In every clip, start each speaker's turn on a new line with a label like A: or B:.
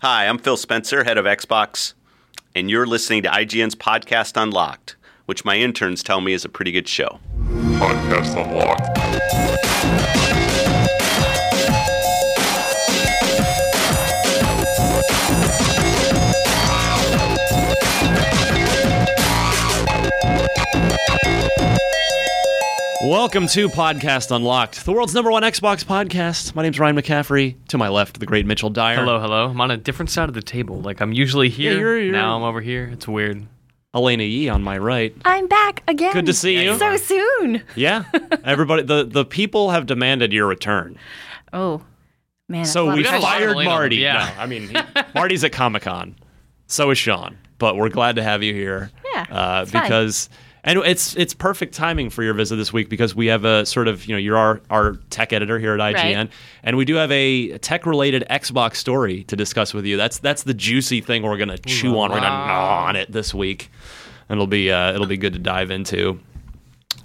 A: Hi, I'm Phil Spencer, head of Xbox, and you're listening to IGN's Podcast Unlocked, which my interns tell me is a pretty good show.
B: Podcast Unlocked.
C: Welcome to Podcast Unlocked, the world's number one Xbox podcast. My name's Ryan McCaffrey. To my left, the great Mitchell Dyer.
D: Hello, hello. I'm on a different side of the table. Like I'm usually here.
C: Yeah, you're- you're-
D: Now I'm over here. It's weird.
C: Elena Yee on my right.
E: I'm back again.
C: Good to see you.
E: So soon.
C: yeah, everybody. The the people have demanded your return.
F: Oh, man. that's a
C: So
F: lot
C: we
F: of pressure.
C: fired
D: Elena.
C: Marty.
D: Yeah.
C: No, I mean he- Marty's at Comic Con. So is Sean. But we're glad to have you here.
F: Yeah,
C: Uh,
F: it's fun.
C: because and it's it's perfect timing for your visit this week because we have a sort of you know you're our, our tech editor here at IGN
F: Right.
C: and we do have a tech related Xbox story to discuss with you. That's that's the juicy thing we're gonna chew on. We're gonna gnaw on it this week, and it'll be uh, it'll be good to dive into.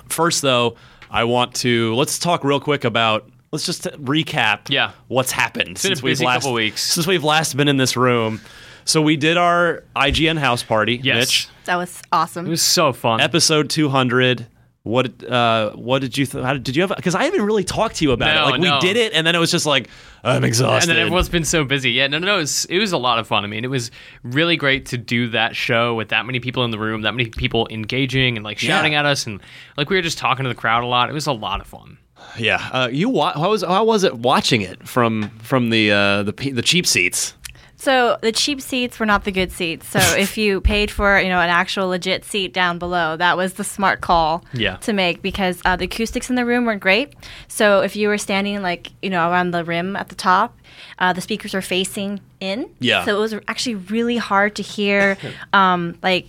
C: First though, I want to let's talk real quick about let's just recap
D: Yeah.
C: what's happened
D: been a
C: since we've
D: busy
C: last
D: couple weeks.
C: since we've last been in this room. So we did our IGN house party, Mitch.
F: that was
D: It
F: awesome.
D: was so fun.
C: Episode 200. What uh what did you th- how did, did you have cuz I haven't really talked to you about
D: No,
C: it. Like we
D: no.
C: did it and then it was just like I'm exhausted.
D: and then everyone's been so busy. Yeah, no, no, no. It was, it was a lot of fun. I mean, it was really great to do that show with that many people in the room, that many people engaging and like shouting at us, and like we were just talking to the crowd a lot. It was a lot of fun.
C: yeah. Uh, you wa- how was how was it watching it from from the uh the pe- the cheap seats?
F: So the cheap seats were not the good seats. So if you paid for you know an actual legit seat down below, that was the smart call
D: Yeah.
F: to make because uh, the acoustics in the room weren't great. So if you were standing like you know around the rim at the top, uh, the speakers are facing in.
C: Yeah.
F: So it was actually really hard to hear. um, like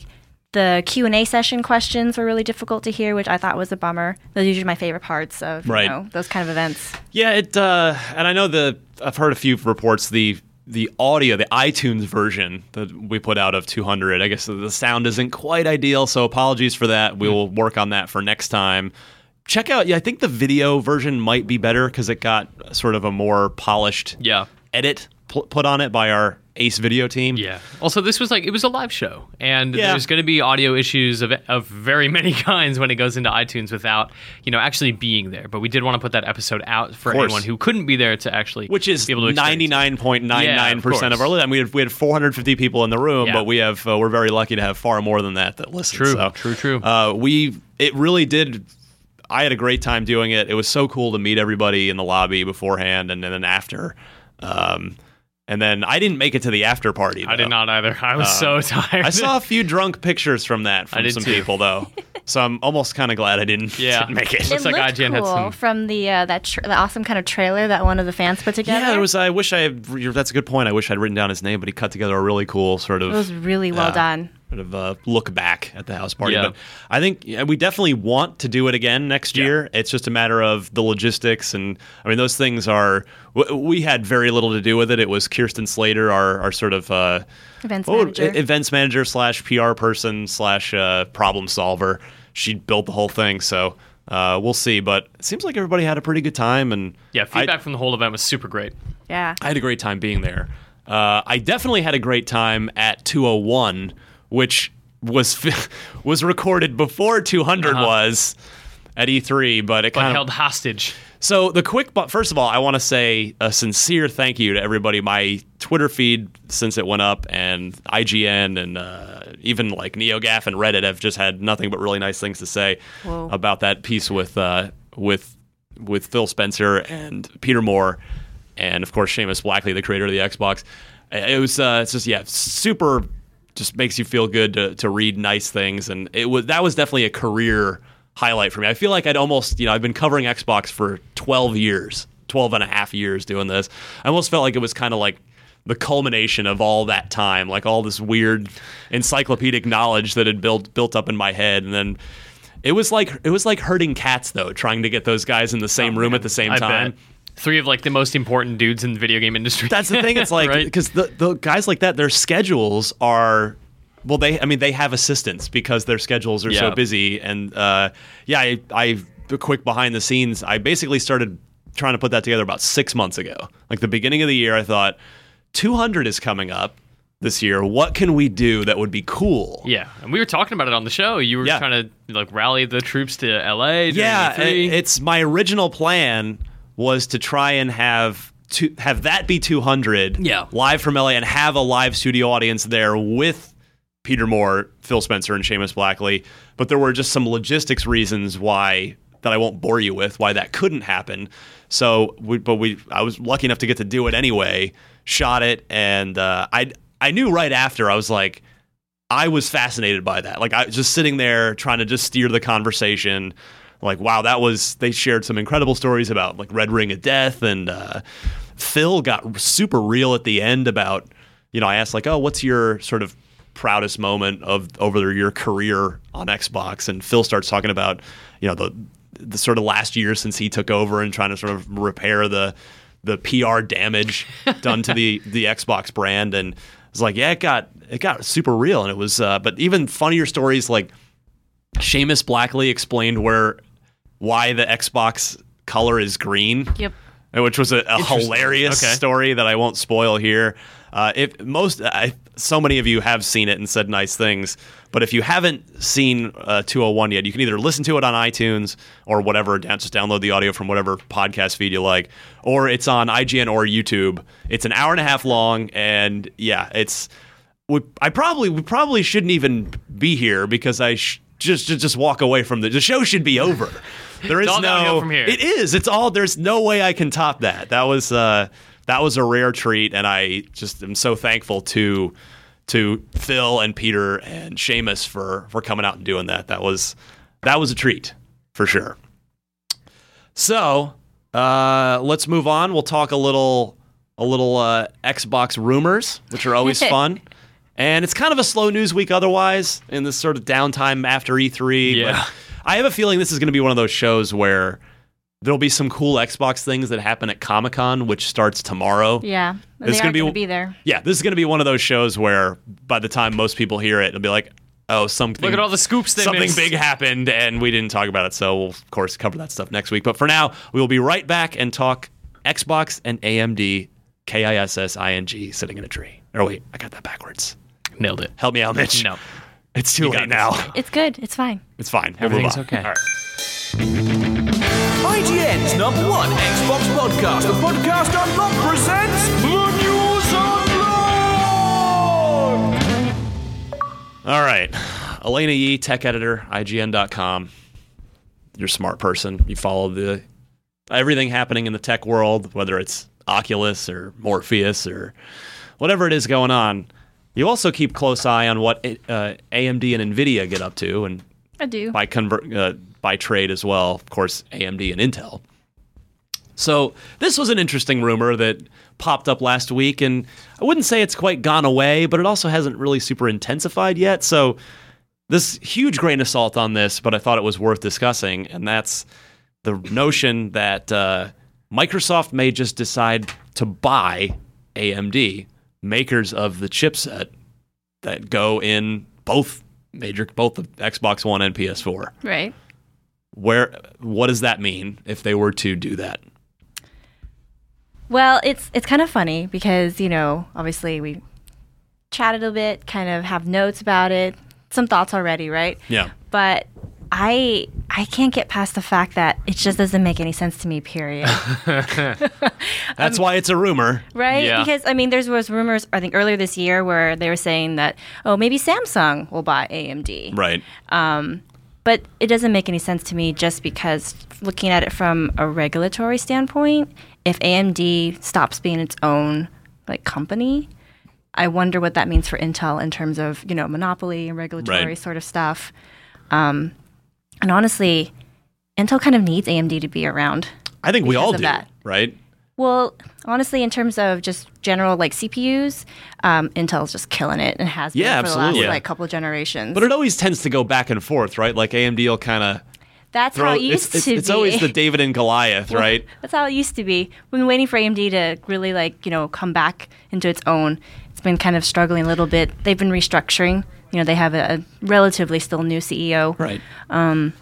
F: the Q and A session questions were really difficult to hear, which I thought was a bummer. Those are usually my favorite parts of
C: Right.
F: you know, those kind of events.
C: Yeah, it uh, and I know the I've heard a few reports the the audio, the iTunes version that we put out of 200. I guess the sound isn't quite ideal, so apologies for that.
D: Mm.
C: We will work on that for next time. Check out, yeah, I think the video version might be better because it got sort of a more polished
D: Yeah.
C: edit pl- put on it by our Ace Video team.
D: Yeah. Also, this was like it was a live show, and
C: Yeah.
D: there's going to be audio issues of of very many kinds when it goes into iTunes without you know actually being there. But we did want to put that episode out for
C: Of course.
D: anyone who couldn't be there to actually
C: which is
D: be able to experience it.
C: 99.99%
D: Yeah,
C: of,
D: of
C: our
D: course.
C: list. I mean, we had, we had 450 people in the room,
D: Yeah.
C: but we have uh, we're very lucky to have far more than that that listen.
D: True,
C: so,
D: true, true.
C: Uh, we it really did. I had a great time doing it. It was so cool to meet everybody in the lobby beforehand and, then after. Um, and then I didn't make it to the after party.
D: I did
C: though. uh,
D: not either. I was so tired.
C: I saw a few drunk pictures from that from
D: did
C: some
D: too.
C: people though. So I'm almost kind of glad I didn't,
D: Yeah.
C: didn't make it.
D: Looks like
F: looked
D: IGN had
F: cool
D: some-
F: from the uh, that tr the awesome kind of trailer that one of the fans put together.
C: Yeah, there was. I wish I. Had, you're- that's a good point. I wish I'd written down his name, but he cut together a really cool sort of.
F: It was really well
C: yeah,
F: done.
C: Sort of uh, look back at the house party,
D: Yeah.
C: but I think yeah, we definitely want to do it again next year. It's just a matter of the logistics, and I mean those things are. w- We had very little to do with it. It was Kirsten Slater, our our sort of. Uh,
F: Events
C: what would-
F: manager.
C: e- events manager slash PR person slash uh, problem solver. She built the whole thing, so uh, we'll see. But it seems like everybody had a pretty good time, and
D: Yeah,
C: I-
D: feedback from the whole event was super great.
F: yeah.
C: I had a great time being there. Uh, I definitely had a great time at 201, which was was recorded before 200 was at E3, but it
D: But
C: kind of
D: held hostage.
C: so the quick, but first of all, I want to say a sincere thank you to everybody. My Twitter feed since it went up, and IGN, and uh, even like NeoGaf and Reddit have just had nothing but really nice things to say about that piece with uh, with with Phil Spencer and Peter Moore, and of course Seamus Blackley, the creator of the Xbox. It was uh, it's just yeah, super. Just makes you feel good to, to read nice things, and it was that was definitely a career highlight for me. I feel like I'd almost, you know, I've been covering Xbox for 12 years, 12 and a half years doing this. I almost felt like it was kind of like the culmination of all that time, like all this weird encyclopedic knowledge that had built built up in my head and then it was like it was like herding cats though, trying to get those guys in the same room at the same
D: Oh, I
C: time.
D: bet. Three of like the most important dudes in the video game industry.
C: That's the thing. It's like
D: Right?
C: because the, the guys like that, their schedules are well. They I mean they have assistants because their schedules are so
D: Yeah.
C: busy. And uh, yeah, I, I the quick behind the scenes. I basically started trying to put that together about six months ago. Like the beginning of the year, I thought 200 is coming up this year. What can we do that would be cool?
D: Yeah, and we were talking about it on the show. You were
C: Yeah.
D: trying to like rally the troops to LA. during E
C: Yeah,
D: E3.
C: it- it's my original plan was to try and have to have that be 200
D: Yeah.
C: live from LA and have a live studio audience there with Peter Moore, Phil Spencer, and Seamus Blackley. But there were just some logistics reasons why that I won't bore you with why that couldn't happen. So, we, but we I was lucky enough to get to do it anyway. Shot it, and uh, I I knew right after I was like. I was fascinated by that. Like I just sitting there trying to just steer the conversation. Like, wow, that was they shared some incredible stories about like Red Ring of Death and uh, Phil got super real at the end about you know I asked like, oh, what's your sort of proudest moment of over your career on Xbox? And Phil starts talking about you know the the sort of last year since he took over and trying to sort of repair the the PR damage done to the the Xbox brand, and it's like, yeah, it got it got super real, and it was. Uh, but even funnier stories like Seamus Blackley explained where why the Xbox color is green.
F: Yep.
C: Uh, Which was a, a hilarious
D: Okay.
C: story that I won't spoil here. Uh, if most, I, so many of you have seen it and said nice things, but if you haven't seen uh, 201 yet, you can either listen to it on iTunes or whatever. down- Just download the audio from whatever podcast feed you like, or it's on IGN or YouTube. It's an hour and a half long, and yeah, it's we, I probably we probably shouldn't even be here because I sh- just, just just walk away from the the show should be over. There is
D: all downhill
C: no
D: from here.
C: It is. It's all there's no way I can top that. That was uh that was a rare treat and I just am so thankful to to Phil and Peter and Seamus for for coming out and doing that. That was that was a treat for sure. So uh, let's move on. We'll talk a little, a little uh, Xbox rumors, which are always fun. And it's kind of a slow news week otherwise in this sort of downtime after E3. but
D: Yeah.
C: I have a feeling this is going to be one of those shows where there'll be some cool Xbox things that happen at Comic Con, which starts tomorrow.
F: Yeah. They
C: It's
F: are
C: gonna
F: gonna
C: be-
F: be, there.
C: Yeah, this is going to be one of those shows where by the time most people hear it, it'll be like, oh, something.
D: Look at all the scoops they
C: Something
D: missed.
C: big happened, and we didn't talk about it. So we'll of course cover that stuff next week. But for now, we will be right back and talk Xbox and AMD K I S S I N G sitting in a tree. Or wait, I got that backwards.
D: nailed it.
C: Help me out, Mitch.
D: No.
C: it's too late now.
F: It's good. It's fine.
C: It's fine. We'll move
D: Everything's
C: on.
D: okay.
C: All right.
G: IGN's number one Xbox podcast, the podcast on Lock presents The News on Lock!
C: All right. Elena Yee, tech editor, IGN.com. You're a smart person. You follow the everything happening in the tech world, whether it's Oculus or Morpheus or whatever it is going on. You also keep close eye on what uh, AMD and Nvidia get up to, and
F: I do.
C: by convert uh, by trade as well. Of course, AMD and Intel. So this was an interesting rumor that popped up last week, and I wouldn't say it's quite gone away, but it also hasn't really super intensified yet. So this huge grain of salt on this, but I thought it was worth discussing, and that's the notion that uh, Microsoft may just decide to buy AMD, makers of the chipset that go in both major both the Xbox One and PS4.
F: Right.
C: Where what does that mean if they were to do that?
F: Well, it's it's kind of funny because you know obviously we chatted a bit, kind of have notes about it, some thoughts already, right?
C: Yeah.
F: But I I can't get past the fact that it just doesn't make any sense to me. Period.
C: That's
F: Um,
C: why it's a rumor.
F: right? Because I mean, there was rumors I think earlier this year where they were saying that oh maybe Samsung will buy AMD.
C: Right.
F: Um, but it doesn't make any sense to me just because looking at it from a regulatory standpoint, if AMD stops being its own like company, I wonder what that means for Intel in terms of you know monopoly and regulatory
H: Right.
F: sort of stuff. Um, and honestly, Intel kind of needs AMD to be around.
C: I think we
F: because
C: all
F: of
C: do,
F: that.
C: right?
F: Well, honestly, in terms of just general like CPUs, um, Intel's just killing it and has been
C: Yeah,
F: for the
C: absolutely.
F: last like couple generations.
C: But it always tends to go back and forth, right? Like AMD will kind of
F: That's
C: throw
F: how it used
C: it's, it's,
F: to be.
C: it's always the David and Goliath,
F: Well,
C: right?
F: That's how it used to be. We've been waiting for AMD to really like you know come back into its own. It's been kind of struggling a little bit. They've been restructuring. You know, they have a, a relatively still new E CEO.
C: Right.
F: Um,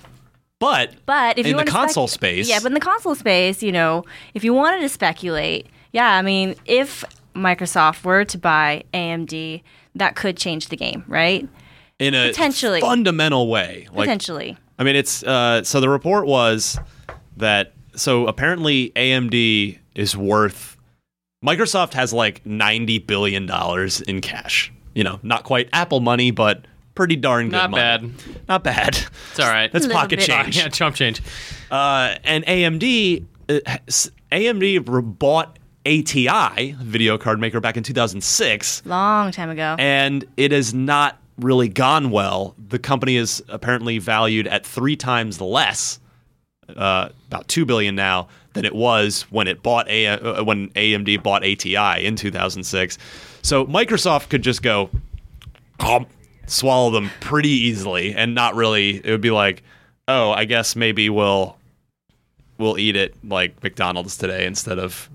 C: But
F: but if
C: in
F: you
C: the
F: wanna
C: console
F: spec-
C: space,
F: yeah, but in the console space, you know, if you wanted to speculate, yeah, I mean, if Microsoft were to buy AMD, that could change the game, right?
C: in a
F: potentially.
C: fundamental way, like
F: Potentially,
C: I mean, it's uh, so the report was that so apparently AMD is worth Microsoft has like ninety billion dollars in cash. You know, not quite Apple money, but pretty darn good.
D: Not
C: money. bad. Not bad. It's
D: all right.
C: That's
D: Little
C: pocket
D: bit.
C: change.
D: Yeah,
C: chump change. Uh, and AMD, uh, s- AMD re- bought ATI, video card maker, back in two thousand six
F: long time ago.
C: and it has not really gone well. The company is apparently valued at three times less, uh, about two billion now, than it was when it bought a- uh, when AMD bought ATI in 2006. So Microsoft could just go gulp, swallow them pretty easily, and not really. It would be like, oh, I guess maybe we'll we'll eat it like McDonald's today instead of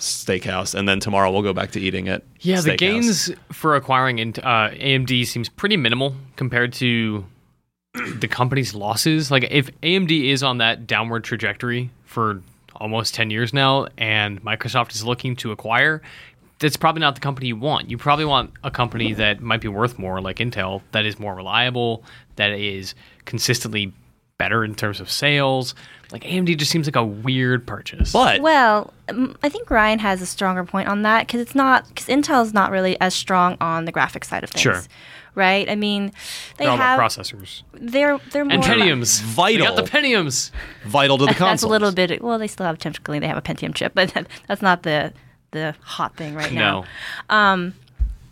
C: steakhouse, and then tomorrow we'll go back to eating it.
D: Yeah, the gains for acquiring in, uh, AMD seems pretty minimal compared to the company's losses. Like if AMD is on that downward trajectory for almost 10 years now and Microsoft is looking to acquire, that's probably not the company you want. You probably want a company that might be worth more like Intel that is more reliable, that is consistently better in terms of sales. Like AMD just seems like a weird purchase.
C: But
F: Well, um, I think Ryan has a stronger point on that because it's not because Intel's not really as strong on the graphic side of things.
D: Sure.
F: Right. I mean, they
D: They're all about
F: have
D: processors.
F: They're they're more
D: And Pentiums.
C: Vital.
D: They got the Pentiums.
C: Vital to the console.
F: That's a little bit. Well, they still have technically they have a Pentium chip, but that, that's not the the hot thing right now. Um,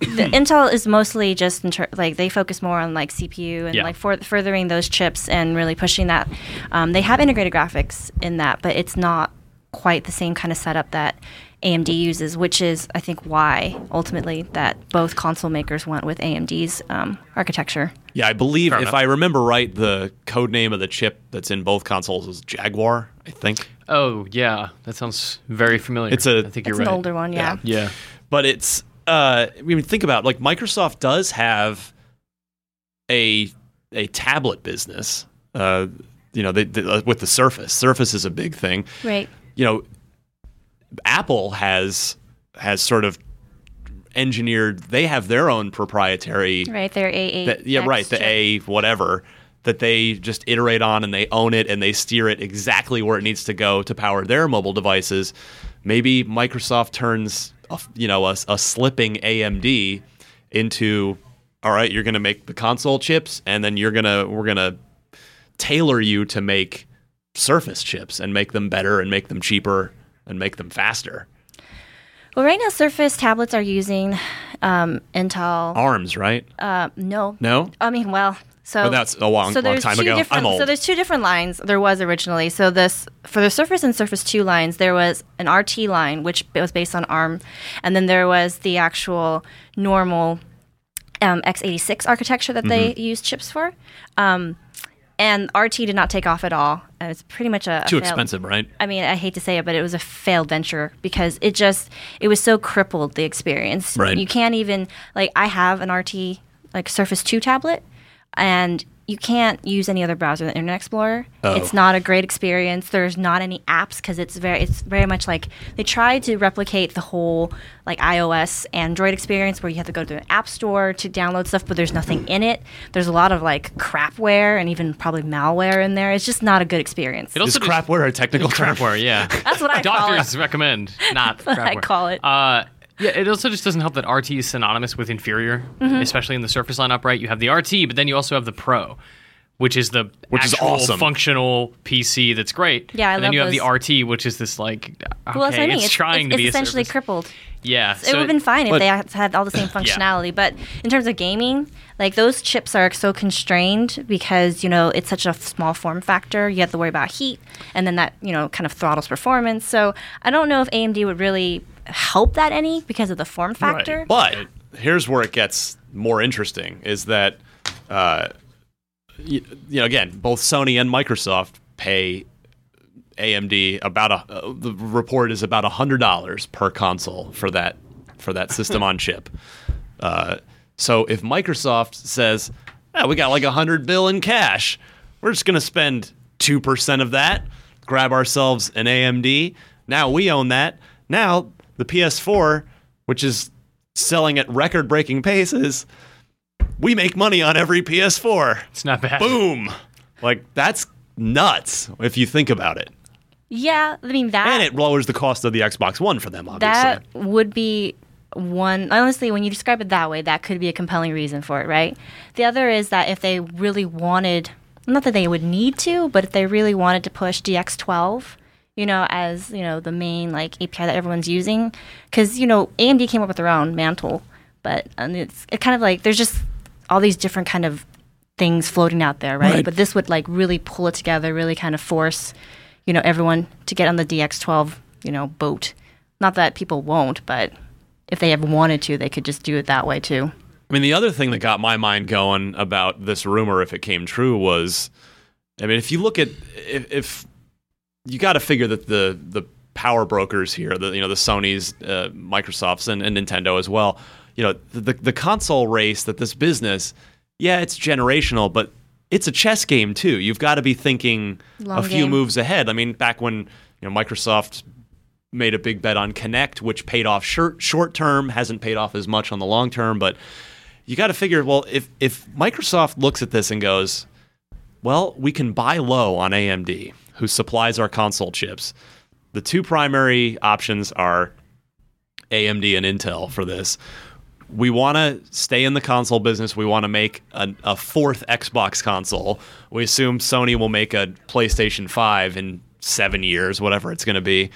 F: the
C: Hmm.
F: Intel is mostly just in ter- like they focus more on like CPU and
H: Yeah.
F: like for- furthering those chips and really pushing that. Um, they have integrated graphics in that, but it's not quite the same kind of setup that AMD uses, which is I think why ultimately that both console makers went with AMD's um, architecture.
C: Yeah, I believe if
D: enough.
C: I remember right, the code name of the chip that's in both consoles is Jaguar. I think
D: Oh yeah, that sounds very familiar.
C: It's a-
D: I think
C: That's
D: you're
F: an
D: right.
F: older one, yeah.
D: Yeah.
C: but it's uh, I mean, think about it, like Microsoft does have a a tablet business. Uh, you know, they, they, uh, with the Surface, Surface is a big thing.
F: Right.
C: You know, Apple has has sort of engineered. They have their own proprietary
F: Right. They're A8.
C: that, yeah, right. The A whatever that they just iterate on and they own it and they steer it exactly where it needs to go to power their mobile devices. Maybe Microsoft turns a, f- you know a, a slipping AMD into all right, you're going to make the console chips and then you're going to we're going to tailor you to make surface chips and make them better and make them cheaper and make them faster.
F: Well, right now, Surface tablets are using um, Intel.
C: Arms, right?
F: Uh, no.
C: Oh. No?
F: I mean, well, So
C: But that's a long,
F: so
C: long
F: there's
C: time
F: two
C: ago.
F: different-
C: I'm old.
F: So there's two different lines. There was originally. So this for the Surface and Surface Two lines, there was an RT line which was based on ARM, and then there was the actual normal um, x86 architecture that they
C: Mm-hmm.
F: used chips for. Um, and RT did not take off at all. It was pretty much a a
C: Too
F: failed-
C: expensive, right?
F: I mean, I hate to say it, but it was a failed venture because it just it was so crippled the experience.
C: Right.
F: You can't even like I have an RT like Surface Two tablet, and you can't use any other browser than Internet Explorer.
H: Oh.
F: It's not a great experience. There's not any apps because it's very it's very much like they try to replicate the whole like iOS Android experience where you have to go to an app store to download stuff, but there's nothing in it. There's a lot of like crapware and even probably malware in there. It's just not a good experience.
D: It also
C: Is crapware a technical term?
D: Crapware, yeah.
F: That's what I call it.
D: Doctors recommend not
F: what I
D: crapware.
F: call it.
D: Uh, yeah, it also just doesn't help that RT is synonymous with inferior,
F: Mhm.
D: especially in the Surface lineup. Right, you have the RT, but then you also have the Pro, which is the
C: Which is
D: actual
C: awesome.
D: functional PC that's great.
F: Yeah, I
D: and then
F: love
D: you have
F: those.
D: the RT, which is this like okay,
F: Well, that's what I mean.
D: it's, trying
F: it's,
D: to be
F: it's
D: a
F: essentially
D: Surface.
F: crippled.
D: Yeah,
F: it would have been fine if they had had all the same
D: Yeah.
F: functionality. But in terms of gaming, like those chips are so constrained because you know it's such a small form factor. You have to worry about heat, and then that you know kind of throttles performance. So I don't know if AMD would really help that any because of the form factor.
C: But here's where it gets more interesting: is that uh, you, you know again, both Sony and Microsoft pay AMD about a uh, the report is about hundred dollars per console for that for that system on chip. Uh, so if Microsoft says, "Ah, "We got like a hundred bill in cash, we're just gonna spend two percent of that, grab ourselves an AMD. Now we own that. Now the PS4, which is selling at record-breaking paces, we make money on every PS4. It's
D: not bad.
C: Boom! Like that's nuts if you think about it.
F: yeah, I mean that.
C: And it lowers the cost of the Xbox One for them, obviously.
F: That would be one. Honestly, when you describe it that way, that could be a compelling reason for it, right? The other is that if they really wanted, not that they would need to, but if they really wanted to push DX12, you know, as you know the main like API that everyone's using, because you know AMD came up with their own Mantle, but and it's it kind of like there's just all these different kind of things floating out there, right?
H: Right.
F: But this would like really pull it together, really kind of force, you know, everyone to get on the DX12, you know, boat. Not that people won't, but if they have wanted to, they could just do it that way too.
C: I mean, the other thing that got my mind going about this rumor, if it came true, was I mean, if you look at if, if you got to figure that the the power brokers here, the you know the Sony's, uh, Microsofts, and, and Nintendo as well, you know the, the console race that this business, yeah, it's generational, but it's a chess game too. You've got to be thinking
I: Long
C: a few
I: game.
C: moves ahead. I mean, back when you know Microsoft made a big bet on Connect, which paid off short short term, hasn't paid off as much on the long term, but you got to figure, well, if if Microsoft looks at this and goes, well, we can buy low on AMD, who supplies our console chips. The two primary options are AMD and Intel for this. We want to stay in the console business. We want to make a, a fourth Xbox console. We assume Sony will make a PlayStation 5 in seven years, whatever it's going to be.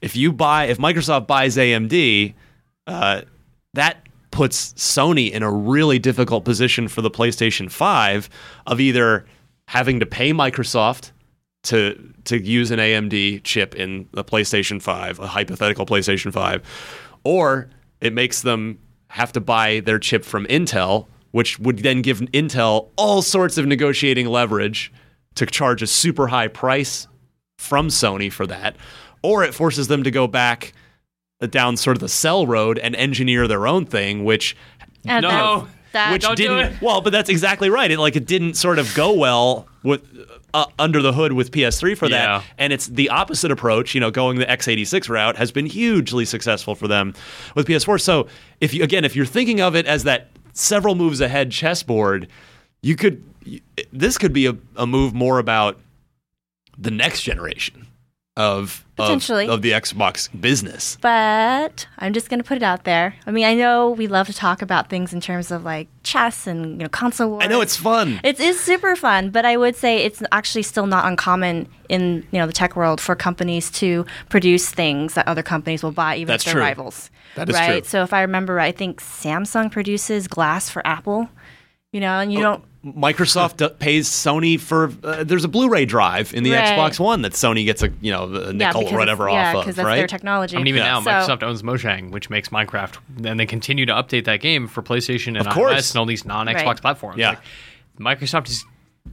C: If you buy, if Microsoft buys AMD, uh, that puts Sony in a really difficult position for the PlayStation 5 of either having to pay Microsoft to to use an AMD chip in the PlayStation 5, a hypothetical PlayStation 5, or it makes them have to buy their chip from Intel, which would then give Intel all sorts of negotiating leverage to charge a super high price from Sony for that, or it forces them to go back down sort of the cell road and engineer their own thing, which
F: And
C: No.
F: that's- that-
C: which didn't well, but that's exactly right. It like it didn't sort of go well with uh, under the hood with PS3 for that,
D: Yeah.
C: and it's the opposite approach. You know, going the x86 route has been hugely successful for them with PS4. So if you again, if you're thinking of it as that several moves ahead chessboard, you could y- this could be a, a move more about the next generation of of-
F: Potentially.
C: of the Xbox business.
F: But I'm just gonna put it out there. I mean, I know we love to talk about things in terms of like chess and you know console wars.
C: I know it's fun.
F: It is super fun, but I would say it's actually still not uncommon in you know the tech world for companies to produce things that other companies will buy, even
C: That's
F: if they're
C: true.
F: rivals.
C: That is
F: right.
C: true. Oh,
F: So if I remember, right, I think Samsung produces glass for Apple. You know, and you don't
C: Microsoft d- pays Sony for uh, there's a Blu-ray drive in the
F: Right.
C: Xbox One that Sony gets a you know a nickel
F: because
C: or
F: it's-
C: whatever
F: yeah,
C: off
F: 'cause
C: of,
F: that's
C: right?
F: their technology.
D: I mean, even now,
F: Yeah. So-
D: Microsoft owns Mojang, which makes Minecraft, and they continue to update that game for PlayStation
C: Of
D: and
C: course.
D: iOS and all these non-Xbox
C: Right.
D: platforms.
C: Yeah.
D: Like, Microsoft is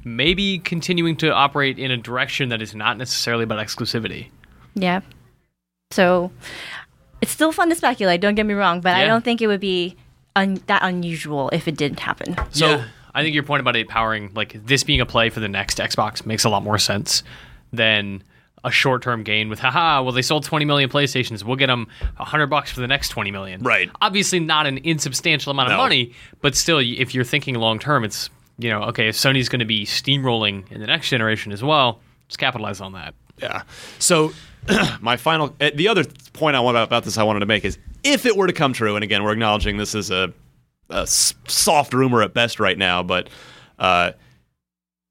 D: maybe continuing to operate in a direction that is not necessarily about exclusivity.
F: Yeah. So it's still fun to speculate. Don't get me wrong, but I
D: Yeah.
F: don't think it would be un- that unusual if it didn't happen.
D: So I think your point about it powering like this being a play for the next Xbox makes a lot more sense than a short-term gain with haha well they sold 20 million playstations we'll get them 100 bucks for the next 20 million right obviously not an insubstantial amount of
C: No.
D: money but still y- if you're thinking long term it's you know okay if sony's going to be steamrolling in the next generation as well just capitalize on that
C: yeah So my final, uh, the other point I want about this I wanted to make is if it were to come true, and again we're acknowledging this is a, a s- soft rumor at best right now, but uh,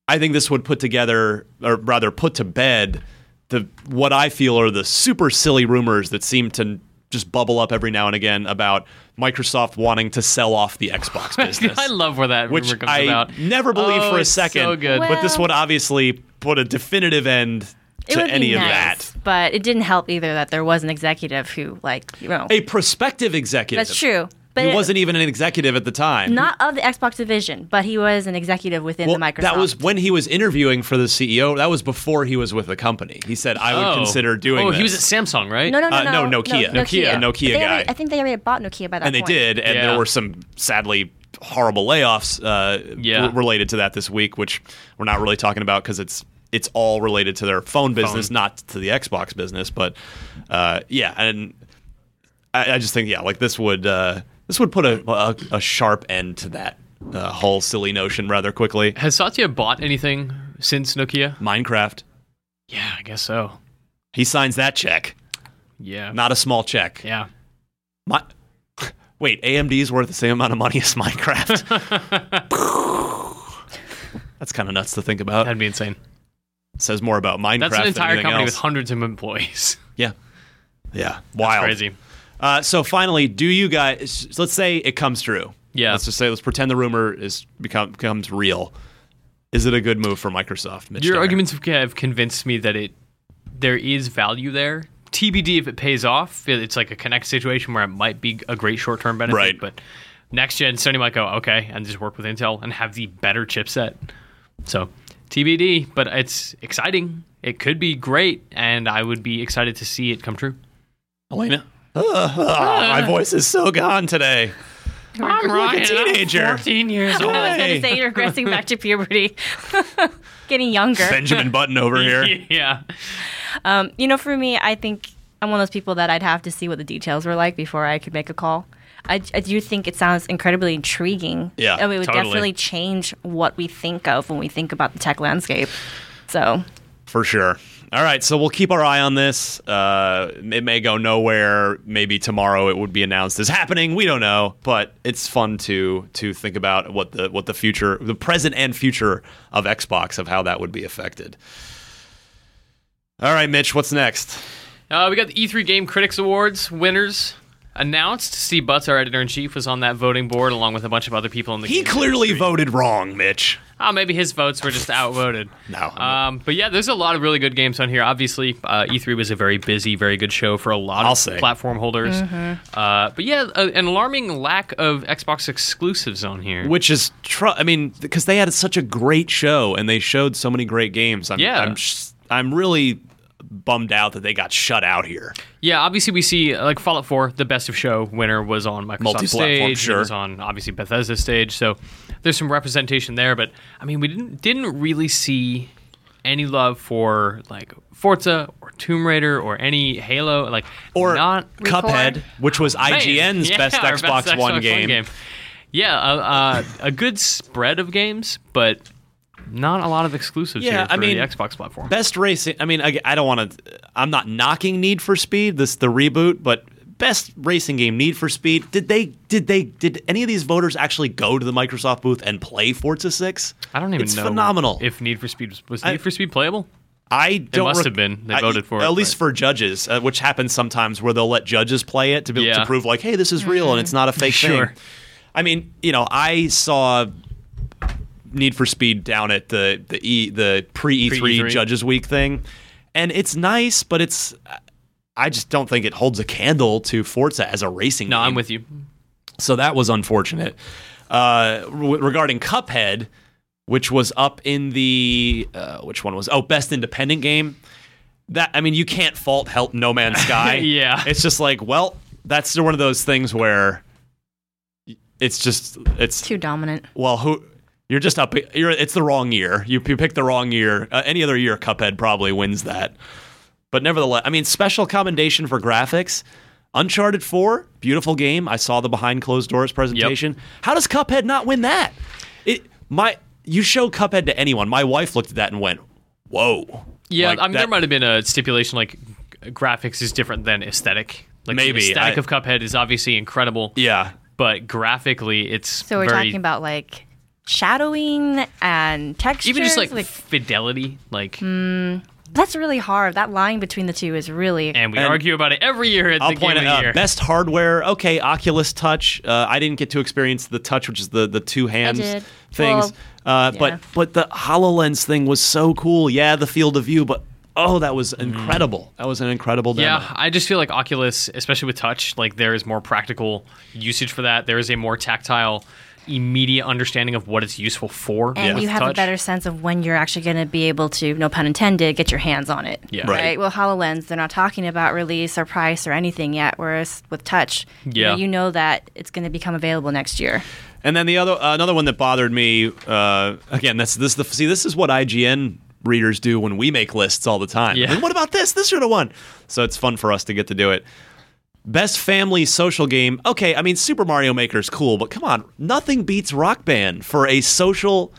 C: I think this would put together, or rather put to bed, the what I feel are the super silly rumors that seem to just bubble up every now and again about Microsoft wanting to sell off the Xbox business.
D: i love where that
C: which
D: rumor comes
C: I
D: about
C: never believed
D: Oh,
C: for a
D: it's
C: second.
D: so good
C: But this would obviously put a definitive end
F: It
C: to
F: would
C: any
F: be
C: of that.
F: nice, but it didn't help either that there was an executive who, like, you know,
C: A prospective executive.
F: That's true, but
C: he
F: it-
C: wasn't even an executive at the time.
F: not of the Xbox division, but he was an executive within
C: well,
F: the Microsoft.
C: that was when he was interviewing for the CEO. That was before he was with the company. He said, "I would
D: Oh.
C: consider doing."
D: Oh, he was
C: this."
D: at Samsung, right?
F: no, no, no,
C: Uh, no,
F: no,
C: Nokia,
F: Nokia,
C: Nokia, Nokia
F: They
C: guy.
F: already- I think they already bought Nokia by that
C: and they
F: point.
C: did, and there were some sadly horrible layoffs uh,
D: Yeah.
C: r- related to that this week, which we're not really talking about because it's it's all related to their phone business,
D: Phone.
C: not to the Xbox business. But uh, yeah, and I, I just think yeah, like this would uh, this would put a, a, a sharp end to that uh, whole silly notion rather quickly.
D: Has Satya bought anything since Nokia?
C: Minecraft.
D: Yeah, I guess so.
C: He signs that check,
D: Yeah.
C: not a small check.
D: Yeah.
C: My, wait, AMD's worth the same amount of money as Minecraft. That's kind of nuts to think about. That'd
D: be insane.
C: Says more about Minecraft.
D: That's an
C: than
D: entire
C: anything
D: company
C: else.
D: with hundreds of employees.
C: Yeah. Yeah. Wild.
D: crazy.
C: Uh, so finally, do you guys? Let's say it comes true.
D: Yeah.
C: Let's just say let's pretend the rumor is become becomes real. Is it a good move for Microsoft? Mitch
D: Your
C: Steiner?
D: arguments have- have convinced me that it there is value there. TBD if it pays off. It- It's like a Connect situation where it might be a great short term benefit,
C: Right.
D: but next gen Sony might go okay and just work with Intel and have the better chipset. So TBD, but it's exciting. It could be great, and I would be excited to see it come true.
C: Elena. Ugh, ah, my voice is so gone today.
D: I'm
C: Ryan, I'm teenager. 14
D: years
F: I was going
C: Hey.
F: to say you're regressing back to puberty, getting younger.
C: Benjamin Button over here.
D: yeah.
F: Um, you know, for me, I think I'm one of those people that I'd have to see what the details were like before I could make a call. I, I do think it sounds incredibly intriguing.
C: Yeah,
F: and it would
C: totally.
F: definitely change what we think of when we think about the tech landscape. So,
C: For sure. All right, so we'll keep our eye on this. Uh, it may go nowhere. Maybe tomorrow it would be announced as happening. We don't know, but it's fun to to think about what the what the future, the present and future of Xbox, of how that would be affected. All right, Mitch, what's next?
D: Uh, we got the E3 Game Critics Awards winners announced. Steve Butts, our editor in chief, was on that voting board along with a bunch of other people in the
C: He
D: game
C: clearly
D: industry.
C: voted wrong, Mitch.
D: Oh, maybe his votes were just outvoted.
C: No.
D: Um, but yeah, there's a lot of really good games on here. Obviously, uh, E3 was a very busy, very good show for a lot
C: I'll
D: of
C: say.
D: platform holders.
C: Mhm.
D: Uh, but yeah, uh, an alarming lack of Xbox exclusives on here.
C: Which is, tr- I mean, because they had such a great show and they showed so many great games. I'm,
D: Yeah.
C: I'm, sh- I'm really bummed out that they got shut out here.
D: Yeah, obviously we see uh, like Fallout 4, the best of show winner was on Microsoft
C: Multi-platform,
D: stage,
C: sure.
D: it was on obviously Bethesda stage. So there's some representation there, but I mean we didn't didn't really see any love for like Forza or Tomb Raider or any Halo like or not
C: Cuphead, which was
D: Man,
C: IGN's
D: yeah,
C: best,
D: our
C: Xbox One game.
D: Yeah, uh, uh, a good spread of games, but not a lot of exclusives
C: Yeah,
D: here for
C: I mean,
D: the Xbox platform.
C: Best racing. I mean, I, I don't want to. I'm not knocking Need for Speed. This the reboot, but best racing game, Need for Speed. Did they? Did they? Did any of these voters actually go to the Microsoft booth and play Forza Six?
D: I don't even
C: it's
D: know
C: phenomenal.
D: if Need for Speed was, was
C: I-
D: Need for Speed playable.
C: I don't.
D: must
C: rec-
D: have been. They
C: I-
D: voted for
C: at
D: it,
C: least for judges, uh, which happens sometimes where they'll let judges play it to be
D: Yeah. Mm-hmm.
C: to prove like, hey, this is real and it's not a fake
D: Sure.
C: thing. I mean, you know, I saw Need for Speed down at the the e the pre E3,
D: Pre-E3.
C: Judges Week thing, and it's nice, but it's I just don't think it holds a candle to Forza as a racing.
D: No,
C: game.
D: I'm with you.
C: So that was unfortunate. Uh, re- regarding Cuphead, which was up in the uh, which one was oh best independent game. That I mean, you can't fault help No Man's Sky.
D: Yeah.
C: it's just like well, that's one of those things where it's just it's
F: Too dominant.
C: well, who you're just up. You're it's the wrong year. You you picked the wrong year. Uh, any other year, Cuphead probably wins that. But nevertheless, I mean, special commendation for graphics. Uncharted 4, beautiful game. I saw the behind closed doors presentation. How does Cuphead not win that? It my you show Cuphead to anyone. My wife looked at that and went, "Whoa."
D: Yeah,
C: Like
D: I mean, there
C: that-
D: might have been a stipulation like g- graphics is different than aesthetic. Like
C: Maybe,
D: the
C: I-
D: aesthetic of Cuphead is obviously incredible.
C: Yeah.
D: but graphically, it's
F: So we're
D: very,
F: talking about like shadowing and textures.
D: even just like, fidelity. Like,
F: Mm. that's really hard. That line between the two is really.
D: and we
C: and-
D: argue about it every year at
C: I'll
D: the
C: point it
D: game of the
C: out.
D: year.
C: Best hardware. Okay, Oculus Touch. Uh, I didn't get to experience the touch, which is the the two hands
F: did.
C: things. uh,
F: yeah.
C: But but the Hololens thing was so cool. Yeah, the field of view, but oh, that was incredible. That was an incredible demo.
D: Mm. Yeah, I just feel like Oculus, especially with touch, like there is more practical usage for that. There is a more tactile, immediate understanding of what it's useful for.
F: and
D: with
F: you have
D: touch.
F: a better sense of when you're actually going to be able to, no pun intended, get your hands on it.
D: Yeah.
C: Right.
F: Right. Well, HoloLens, they're not talking about release or price or anything yet, whereas with touch, you,
D: Yeah.
F: know, you know that it's going to become available next year.
C: And then the other another one that bothered me uh, again. That's this the see this is what IGN readers do when we make lists all the time.
D: Yeah.
C: Like, what about this? This should have won. So it's fun for us to get to do it. Best family social game. Okay, I mean Super Mario Maker's cool, but come on, nothing beats Rock Band for a social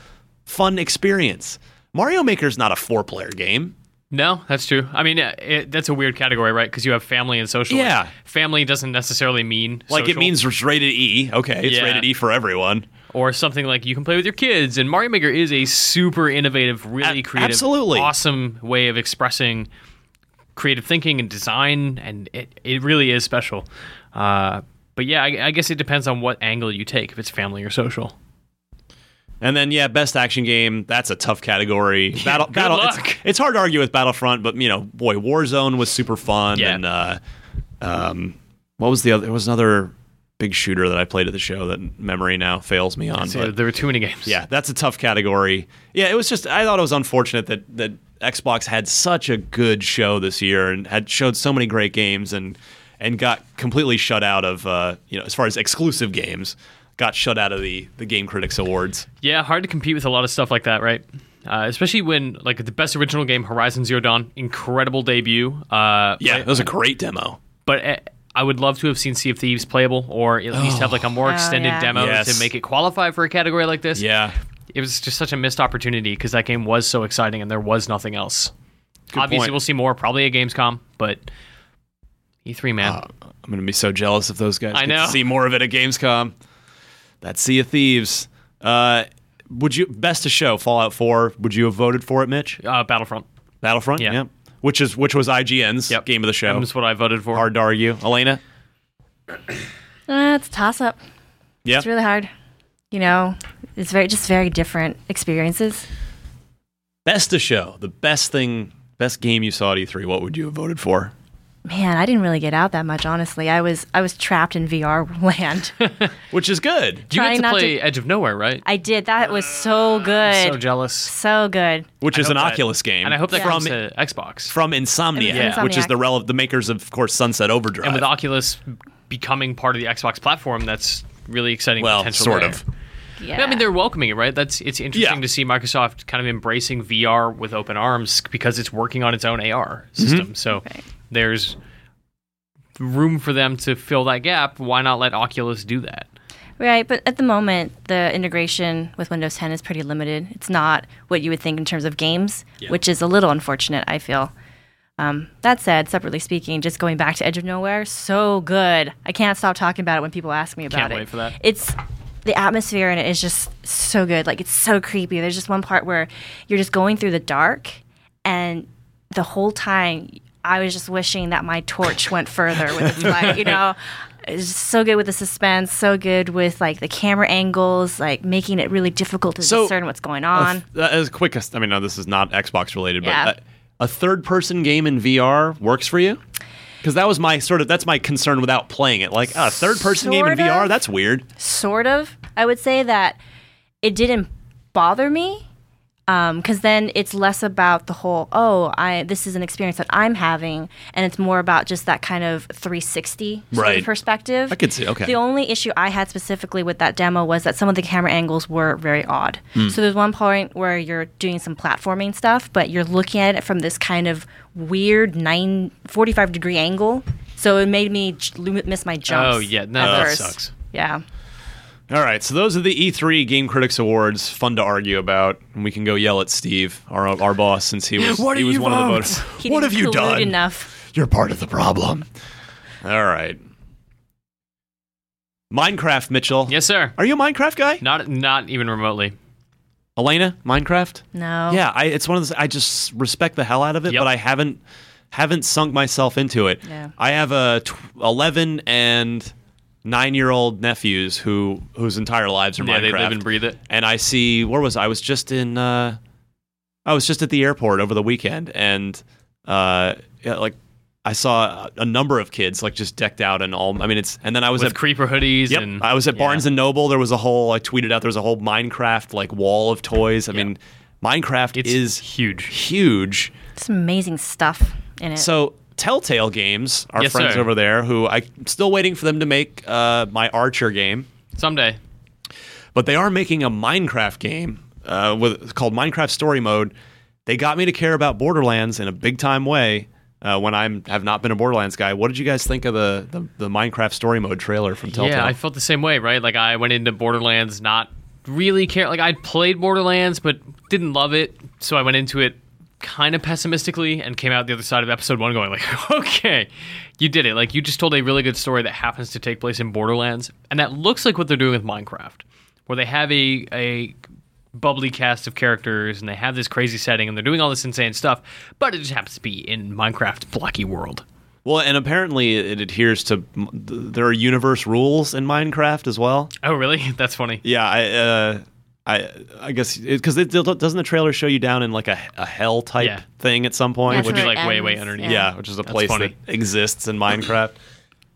C: fun experience. Mario Maker's not a four player game.
D: No, that's true. I mean, uh, it, that's a weird category, right? Because you have family and social.
C: Yeah.
D: Like, family doesn't necessarily mean
C: Like it
D: social.
C: means it's rated E. Okay, it's
D: Yeah.
C: rated E for everyone.
D: or something like you can play with your kids. And Mario Maker is a super innovative, really
C: A-
D: creative,
C: absolutely.
D: awesome way of expressing creative thinking and design, and it it really is special. Uh, but yeah, I, I guess it depends on what angle you take, if it's family or social.
C: And then yeah, best action game. That's a tough category. Battle,
D: good
C: battle. It's,
D: luck.
C: it's hard to argue with Battlefront, but you know, boy, Warzone was super fun.
D: Yeah.
C: And uh, um, what was the other? There was another big shooter that I played at the show that memory now fails me on.
D: So
C: But,
D: there were too many games.
C: yeah, that's a tough category. Yeah, it was just I thought it was unfortunate that that Xbox had such a good show this year and had showed so many great games and and got completely shut out of uh, you know as far as exclusive games got shut out of the the Game Critics Awards.
D: Yeah, hard to compete with a lot of stuff like that, right? Uh, especially when like the best original game, Horizon Zero Dawn, incredible debut. Uh,
C: Yeah, that was a great demo.
D: but eh, I would love to have seen Sea of Thieves playable, or at least have like a more
F: Oh,
D: extended
F: yeah.
D: demo
C: Yes.
D: to make it qualify for a category like this.
C: Yeah.
D: it was just such a missed opportunity because that game was so exciting and there was nothing else. Obviously,
C: point.
D: we'll see more probably at Gamescom, but E3 man,
C: Uh, I'm going to be so jealous if those guys
D: I
C: get to
D: know.
C: see more of it at Gamescom. That Sea of Thieves. Uh, would you best to show Fallout 4? Would you have voted for it, Mitch?
D: uh, Battlefront.
C: Battlefront,
D: Yeah.
C: Which is which was IGN's
D: Yep.
C: game of the show.
D: That's what I voted for.
C: Hard to argue, Elena.
F: Uh, it's a toss up.
C: Yeah,
F: It's really hard. You know, it's very just very different experiences.
C: best to show the best thing, best game you saw at E3. What would you have voted for?
F: Man, I didn't really get out that much, honestly. I was I was trapped in VR land.
C: Which is good.
D: you
F: trying
D: get to
F: not to-
D: play Edge of Nowhere, right?
F: I did. That was so good.
D: so jealous.
F: So good.
C: Which
D: I
C: is an
D: hope that-
C: Oculus game,
D: And I hope that
C: from
D: comes to Xbox.
C: from Insomnia,
F: It was
C: which is
F: Insomniac.
C: the rel- the makers of, of course, Sunset Overdrive.
D: and with Oculus becoming part of the Xbox platform, that's really exciting.
C: well,
D: potential
C: sort
D: there.
C: of.
F: Yeah.
D: Yeah, I mean, they're welcoming it, right? That's it's interesting
C: Yeah.
D: to see Microsoft kind of embracing VR with open arms because it's working on its own AR system.
C: Mm-hmm.
D: So there's room for them to fill that gap. Why not let Oculus do that?
F: Right, but at the moment, the integration with Windows 10 is pretty limited. It's not what you would think in terms of games, which is a little unfortunate, I feel. Um, that said, separately speaking, just going back to Edge of Nowhere, so good. I can't stop talking about it when people ask me about
D: Can't
F: it.
D: wait for that.
F: It's the atmosphere in it is just so good. Like it's so creepy. There's just one part where you're just going through the dark, and the whole time I was just wishing that my torch went further with its light. You know, it's just so good with the suspense, so good with like the camera angles, like making it really difficult to
C: So-
F: discern what's going
C: A
F: on.
C: th- As quick as I mean, no, this is not Xbox related, but
F: Yeah.
C: uh, a third-person game in VR works for you. Because that was my sort of that's my concern without playing it. Like a third-person game in
F: Sort of.
C: VR, that's weird.
F: sort of. I would say that it didn't bother me because then it's less about the whole oh I this is an experience that I'm having, and it's more about just that kind of 360 sort of
C: Right.
F: perspective.
C: I could see- okay.
F: The only issue I had specifically with that demo was that some of the camera angles were very odd.
H: Hmm.
F: So there's one point where you're doing some platforming stuff, but you're looking at it from this kind of weird nine, 45 degree angle. So it made me j- lo- miss my jumps.
C: Oh, yeah. No,
F: at
C: that
F: first.
C: sucks.
F: Yeah.
C: All right, so those are the E3 Game Critics Awards. Fun to argue about, and we can go yell at Steve, our our boss, since he was
F: What
C: he
F: have
C: was
F: you
C: one of the
F: voted?
C: voters.
F: He
C: what have
F: didn't
C: you
F: collude
C: done?
F: enough.
C: You're part of the problem. All right. Minecraft, Mitchell. Yes,
D: sir.
C: Are you a Minecraft guy?
D: Not not even remotely.
C: Elena, Minecraft.
F: No.
C: Yeah, I, it's one of those. I just respect the hell out of it, but I haven't haven't sunk myself into it.
F: Yeah.
C: I have a tw- eleven and nine year old nephews who whose entire lives are
D: Yeah,
C: Minecraft.
D: they live and breathe it.
C: And I see where was I? I was just in. Uh, I was just at the airport over the weekend, and uh, yeah, like. I saw a number of kids like just decked out in all. I mean, it's and then I was
D: With
C: at
D: creeper hoodies
C: Yep,
D: and
C: I was at Barnes and Noble. There was a whole I tweeted out. There was a whole Minecraft like wall of toys. I mean, Minecraft is
D: huge,
C: huge.
F: It's amazing stuff in it.
C: So Telltale Games, our
D: Yes,
C: friends
D: sir.
C: over there, who I'm still waiting for them to make uh, my Archer game
D: someday.
C: But they are making a Minecraft game uh, with called Minecraft Story Mode. They got me to care about Borderlands in a big time way. Uh, when I'm have not been a Borderlands guy, what did you guys think of the the, the Minecraft Story Mode trailer from Telltale?
D: Yeah, I felt the same way, right? Like I went into Borderlands not really care. Like I played Borderlands but didn't love it, so I went into it kind of pessimistically and came out the other side of episode 1 going like, "Okay, you did it. Like you just told a really good story that happens to take place in Borderlands." And that looks like what they're doing with Minecraft, where they have a a bubbly cast of characters and they have this crazy setting and they're doing all this insane stuff, but it just happens to be in Minecraft blocky world.
C: Well, and apparently it adheres to there are universe rules in Minecraft as well.
D: Oh, really? That's funny.
C: Yeah, I uh, I I guess because it, doesn't the trailer show you down in like a, a hell type
D: Yeah.
C: thing at some point,
D: That's Which is, where it like, way, way ends, underneath. yeah.
C: Yeah, which is a
D: That's
C: place
D: funny.
C: that exists in Minecraft.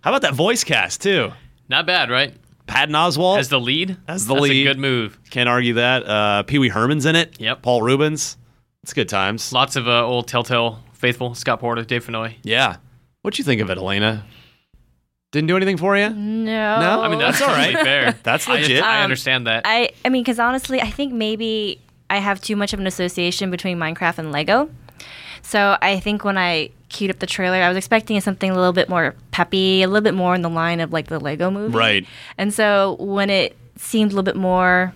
C: How about that voice cast too?
D: Not bad, right?
C: Patton Oswalt
D: as the lead.
C: As the
D: That's
C: lead,
D: a good move.
C: Can't argue that. Uh, Pee Wee Herman's in it.
D: Yep.
C: Paul Rubens. It's good times.
D: Lots of uh, old Telltale faithful, Scott Porter, Dave Fenoy.
C: Yeah. What'd you think of it, Elena? Didn't do anything for you?
F: No.
C: No?
D: I mean that's
C: That's all
D: totally
C: right.
D: fair.
C: That's
D: I-
C: legit.
D: I,
C: Um,
D: understand that.
F: I, I mean, because honestly, I think maybe I have too much of an association between Minecraft and Lego. So I think when I queued up the trailer, I was expecting something a little bit more peppy, a little bit more in the line of like the Lego movie.
C: Right.
F: And so when it seemed a little bit more,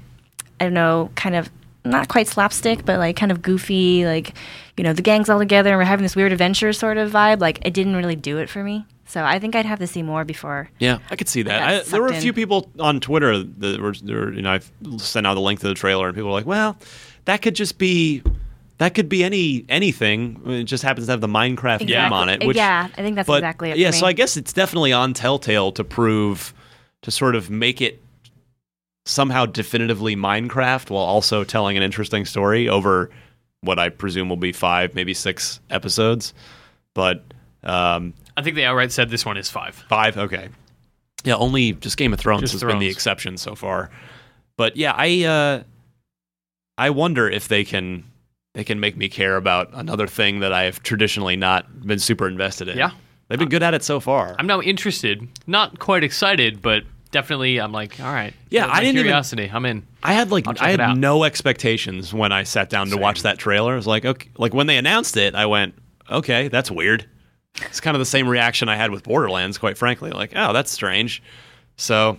F: I don't know, kind of not quite slapstick, but like kind of goofy, like, you know, the gang's all together and we're having this weird adventure sort of vibe, like it didn't really do it for me. So I think I'd have to see more before.
C: Yeah, I could see that.
F: I got
C: I, there were a
F: sucked
C: few
F: in.
C: people on Twitter that were, that were- you know, I sent out the link to the trailer, and people were like, "Well, that could just be, that could be any anything. It just happens to have the Minecraft name
F: Exactly.
C: on it." Which,
F: Yeah, I think that's
C: but,
F: exactly it
C: Yeah,
F: for
C: so
F: me.
C: I guess it's definitely on Telltale to prove, to sort of make it somehow definitively Minecraft while also telling an interesting story over what I presume will be five, maybe six episodes, but. Um,
D: I think they outright said this one is five.
C: Five, okay. Yeah, only just Game of Thrones
D: Just
C: has been
D: Thrones.
C: the exception so far. But yeah, I uh, I wonder if they can they can make me care about another thing that I have traditionally not been super invested in.
D: Yeah. Uh,
C: they've been good at it so far.
D: I'm now interested, not quite excited, but definitely I'm like, all right.
C: Yeah,
D: My
C: I didn't even-
D: curiosity. I'm in.
C: I had like
D: I'll check
C: I
D: it out.
C: had no expectations when I sat down to watch that trailer. I was like, okay, like when they announced it, I went, okay, that's weird. It's kind of the same reaction I had with Borderlands, quite frankly. Like, oh, that's strange. So,